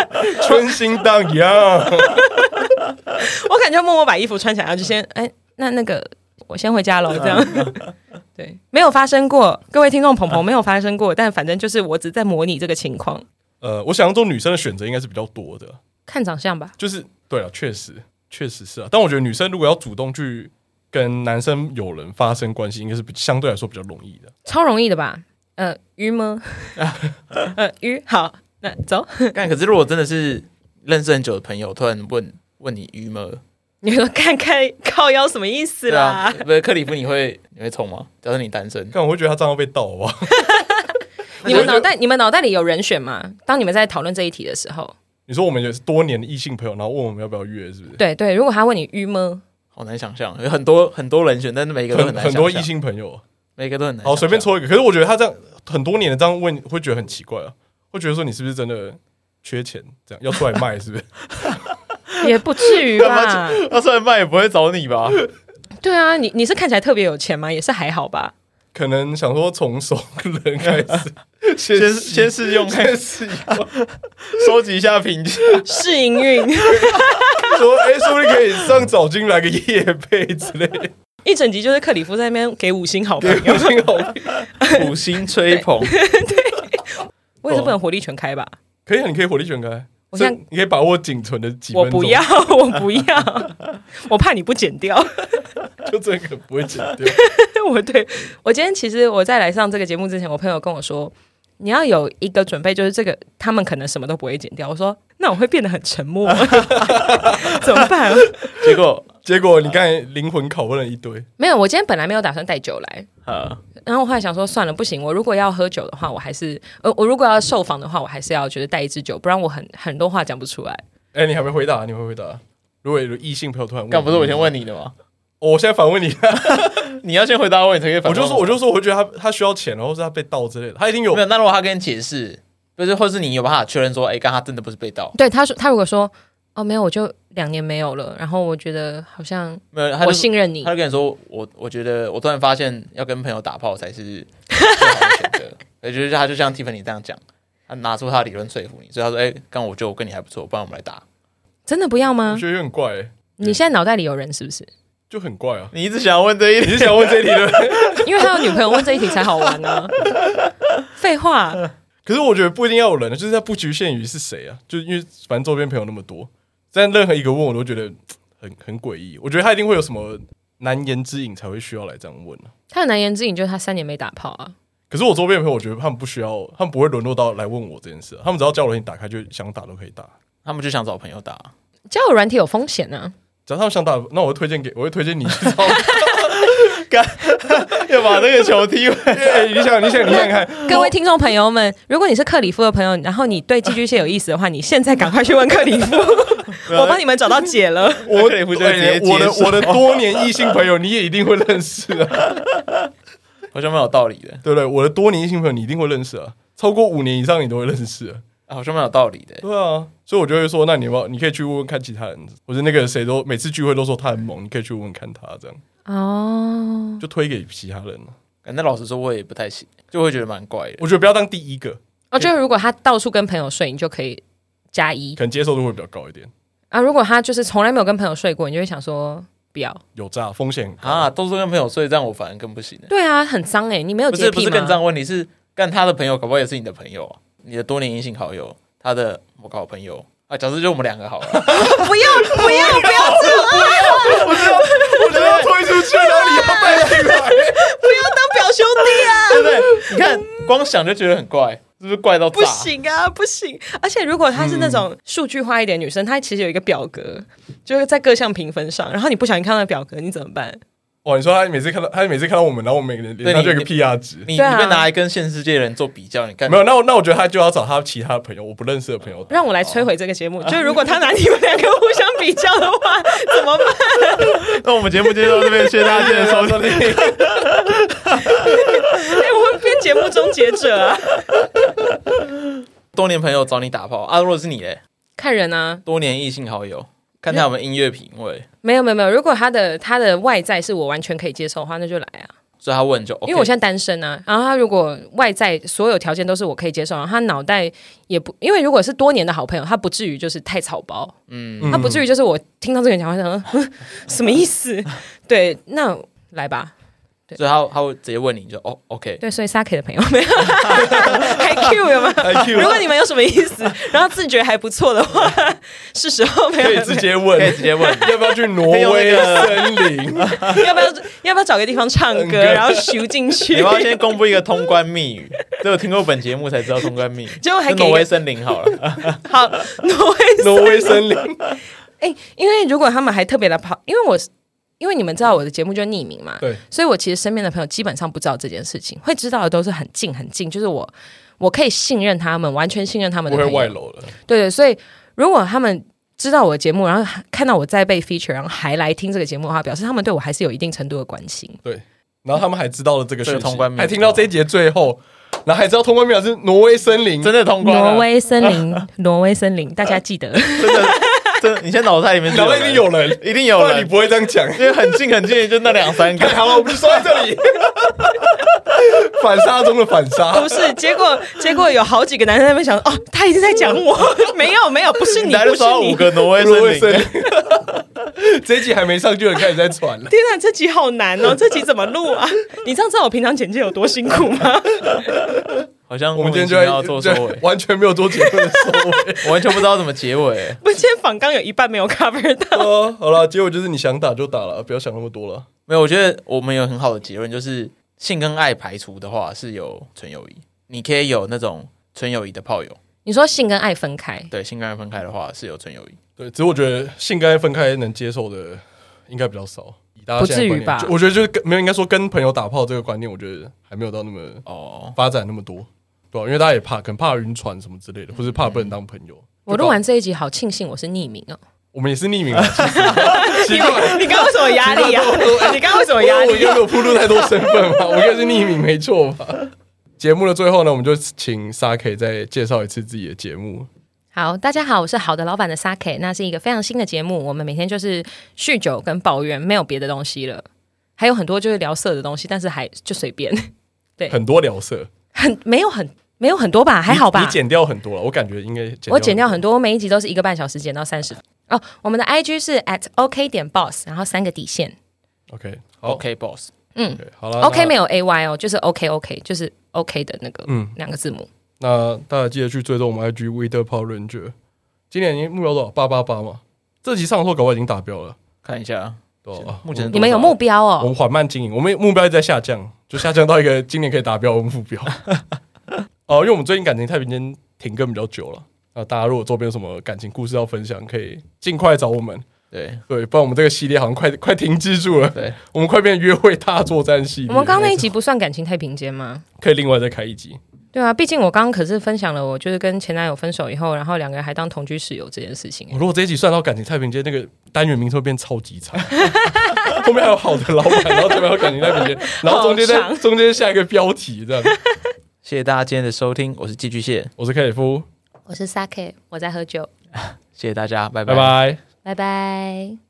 春心荡漾，
我然就默默把衣服穿起来，然后就先哎，那那个我先回家喽，
嗯
这样。 对，没有发生过，各位听众，鹏鹏没有发生过，但反正就是我只在模拟这个情况，
呃，我想象中女生的选择应该是比较多的，
看长相吧。
就是对了，确实确实是啊。但我觉得女生如果要主动去跟男生有人发生关系，应该是比相对来说比较容易的。
超容易的吧？呃，鱼 吗？呃，鱼好，那走。
但可是如果真的是认识很久的朋友，突然问问你鱼吗？
你说看看靠腰什么意思
对啊
啦？，
不是克里夫，你会你会冲吗？假设你单身，
但我会觉得他这样会被盗吧？
你们脑袋你们脑袋里有人选吗？当你们在讨论这一题的时候，
你说我们也是多年的异性朋友，然后问我们要不要约，是不是？
对对，如果他问你 鱼吗？
好难想象，有很多很多人选，但是每一个都
很
难想
很
象，
多异性朋友，
每个都很难想象。
好 随便抽一个。可是我觉得他这样很多年的这样问，会觉得很奇怪啊，会觉得说你是不是真的缺钱，这样要出来卖，是 不是？
也不至 于吧？
他啊虽然卖也不会找你 吧？
对啊，你你是看起来特别有钱吗？也是还 好吧。
可能想说从熟人开始，
先
试
先试用看，
试
收集一下评价。
试营运
说，哎、说不定可以上早金来个夜配之类的，
一整集就是克里夫在那边给五星好评
给，五星好评。
五星吹 捧，
我也是不能火力全开吧？
可以啊，你可以火力全开，
我
这
现在
你可以把握仅存的几分
我
钟，
不要，我不要， 我怕你不剪掉。
就这个不会剪掉。
我对我今天其实我在来上这个节目之前，我朋友跟我说，你要有一个准备，就是这个他们可能什么都不会剪掉。我说那我会变得很 沉默， 怎么办？
结果
结果你刚才灵魂拷问了一堆，
没有，我今天本来没有打算带酒来，
啊，
然后我后来想说算了，不行，我如果要喝酒的话，我还是呃，我如果要受访的话，我还是要觉得带一支酒，不然我很很多话讲不出来。
哎、你还没回答，你还没回答。如果有异性朋友突然问，
刚不是我先问你的吗？
哦，我现在反问你，
你要先回答我，你才可以反问。
我就说，我就说，我觉得他他需要钱，然后是他被盗之类的，他一定有
没有。那如果他跟你解释，就是或是你有办法确认说，哎、刚刚他真的不是被盗，
对，他说他如果说哦没有，我就两年没有了，然后我觉得好像
没有，他
我
就
信任你
他，就跟你说，我我觉得我突然发现要跟朋友打炮才是最好的选择。也就是他就像 Tiffany 这样讲，他拿出他的理论说服你，所以他说，哎、刚我觉得我跟你还不错，不然我们来打。
真的不要
我
吗？
觉得有点怪、欸
你现在脑袋里有人是不是？
就很怪啊。
你一直想要问这一
你
点，
是想问这一 题的？
因为他有女朋友问这一题才好玩呢、废话，
可是我觉得不一定要有人，啊就是它不局限于是谁啊，就因为反正周边朋友那么多，但任何一个问我都觉得嘖很很诡异。我觉得他一定会有什么难言之隐才会需要来这样问啊。
他的难言之隐就是他三年没打炮啊。
可是我周边的朋友，我觉得他们不需要，他们不会沦落到来问我这件事啊、他们只要叫我你打开，就想打都可以打。
他们就想找朋友 打。
交友软体有风险啊呢、
只要他们想打，那我会推荐给，我会推荐你去找。
要把那个球 踢回。
哎你想，你想，你想
哦
看，
各位听众朋友们，如果你是克里夫的朋友，然后你对寄居蟹有意思的话，你现在赶快去问克里 夫，我帮你们找到解了。
我
克里夫就会直接
对我的
接受
我的多年异性朋友，你也一定会认识啊。
好像蛮有道理的，
对不对？我的多年异性朋友你一定会认识啊，超过五年以上你都会认识啊。
啊好像蛮有道理的。
对啊，所以我就会说，那你要不要？你可以去问问看其他人，或者那个谁都每次聚会都说他很猛，你可以去问问看他，这样
哦，
就推给其他人了。
感那老实说，我也不太行，就会觉得蛮怪的。
我觉得不要当第一个，
我哦觉得如果他到处跟朋友睡，你就可以加一
可能接受度会比较高一点。
啊；如果他就是从来没有跟朋友睡过，你就会想说不要。
有诈风险很高
啊，都是跟朋友睡，这样我反而更不行了。
对啊，很脏哎、你没有
不是
洁
不
癖
是
吗？
更脏，问题是干他的朋友，搞不好也是你的朋友啊，你的多年异性好友，他的某个好朋友啊，假设就我们两个好了，
不要不要不要这样，
我觉得要推出去，然后你要被进来，
不要当表兄弟啊！
对不对？你看光想就觉得很怪，是不是怪到炸？
不行啊，不行！而且如果她是那种数据化一点的女生，她其实有一个表格，就是在各项评分上，然后你不小心看到表格，你怎么办？
哇！你说他每次看到他每次看到我们，然后我们每个人脸上就有一个 PR 值。
你你
对啊
被拿来跟现世界的人做比较，你干
没有，那我那我觉得他就要找他其他朋友，我不认识的朋友。
让我来摧毁这个节目。就是如果她拿你们两个互相比较的话，怎么办？
那我们节目就到这边，谢谢大家今天的收听。
哎、我会变节目终结者啊！
多年朋友找你打炮啊，如果是你嘞，
看人啊，
多年异性好友，看他有没有音乐品味。
没有没有没有，如果她的她的外在是我完全可以接受的话，那就来啊。
所以他问就 OK，
因为我现在单身啊，然后他如果外在所有条件都是我可以接受，然后他脑袋也不，因为如果是多年的好朋友，他不至于就是太草包，嗯，他不至于就是我听到这个人讲话想说哼什么意思？对，那来吧，
所以他他会直接问你就哦 OK，
对，所以 Saki 的朋友没有，还 Q 有吗？如果你们有什么意思，然后自觉还不错的话，是时候没有
可以直接
可以
问
直接问
要不要去挪威啊森林，
要不要要不要找个地方唱
唱
歌，
歌
然后咻进去
你？们要先公布一个通关密语， 只有听过本节目才知道通关密语，
结果还
就
给一
挪威
个
森林好了，
好挪威
挪威森林，
哎、因为如果他们还特别的跑，因为我因为你们知道我的节目就匿名嘛，
对，
所以我其实身边的朋友基本上不知道这件事情，会知道的都是很近很近，就是我我可以信任他们，完全信任他们
不
的
会
朋友
外露了。
对对，所以如果他们知道我的节目，然后看到我在被 feature，然后还来听这个节目的话，表示他们对我还是有一定程度的关心。
然后他们还知道了这个
这个
讯
通关
息，
密
还听到这一节最后，然后还知道通关密码是挪威森林，
真的通关
挪
了，
威森 林，挪威森林，大家记得。
真的真的，你现在脑袋里面
然后一定有人，
一定
不
有
然你
人，
不会这样讲。
因为很近很近就那两三个
太，好了，我们就说到这里。反杀中的反杀，
不是，结果结果有好几个男生在那边想，哦，他一直在讲我， 没有没有，不 是你，
来
不
的
是
时候
你
五。个挪威
挪威
森
森
林，
林。这一集还没上就有人开始在传 了。
天哪，这集好难 哦！这集怎么录啊？你知道知道我平常简介有多辛苦吗？
好像
我们今天就
莫名其妙要
在
做收尾
就， 完全没有做结论的 收尾。
我完全不知道怎么结尾。
我今天访纲有一半没有 cover 到。
哦，好了，结果就是你想打就打了，不要想那么多了。
没有，我觉得我们有很好的结论，就是性跟爱排除的话是有纯友谊，你可以有那种纯友谊的炮友。
你说性跟爱分开，
对，性跟爱分开的话是有纯友谊。
对，只是我觉得性跟爱分开能接受的应该比较少，以大家现在的
不至于吧
观念就我觉得就是跟没有应该说跟朋友打炮这个观念，我觉得还没有到那么
哦，
发展那么多，对吧、因为大家也怕，可能怕晕船什么之类的，或是怕不能当朋友。
我录完这一集好庆幸我是匿名哦。
我们也是匿名啊， 其实奇怪，
你刚刚为什么压力啊？ 你刚刚为什么压
我
力
又
啊
没？有铺露太多身份嘛，我应该是匿名没错吧？节目的最后呢，我们就请 s a K 再介绍一次自己的节目。
好，大家好，我是好的老板的 Sake，那是一个非常新的节目，我们每天就是酗酒跟抱怨，没有别的东西了，还有很多就是聊色的东西，但是还就随便，对
很多聊色，
很没有很没有很多吧，还好吧？
你你剪掉很多了，我感觉应该
我剪掉很多，我每一集都是一个半小时，剪到三十。哦，我们的 IG 是 at OK 点 boss，然后三个底线
OK，好
OK boss，
OK，好了
，OK
那
没有 AY 哦，就是 OK OK，就是 OK 的那个
嗯
两个字母。
那大家记得去追踪我们 IG Weather Power Ranger。今年已经目标多少？八八八嘛。这集上的时候搞不好已经达标了，
看一下，
对吧？啊
目前是多少
你们有目标
我
哦？
们缓慢经营，我们目标一直在下降，就下降到一个今年可以达标的目标。 哦，因为我们最近感情太平间停更比较久了，那大家如果周边有什么感情故事要分享，可以尽快找我们。
对
对，不然我们这个系列好像快快停滞住了，
对，
我们快变约会大作战系列。
我们刚刚那一集不算感情太平间吗？
可以另外再开一集。
对啊，毕竟我刚刚可是分享了我就是跟前男友分手以后，然后两个人还当同居室友这件事情。
我如果这一集算到感情太平间，那个单元名称会变超级长， 后面还有好的老板，然后这边还有感情太平间，然后中间
好
再
长
中间下一个标题这样。
谢谢大家今天的收听，我是寄居蟹，
我是凯里夫，
我是 Sake，我在喝酒，
谢谢大家，拜
拜拜。
拜拜。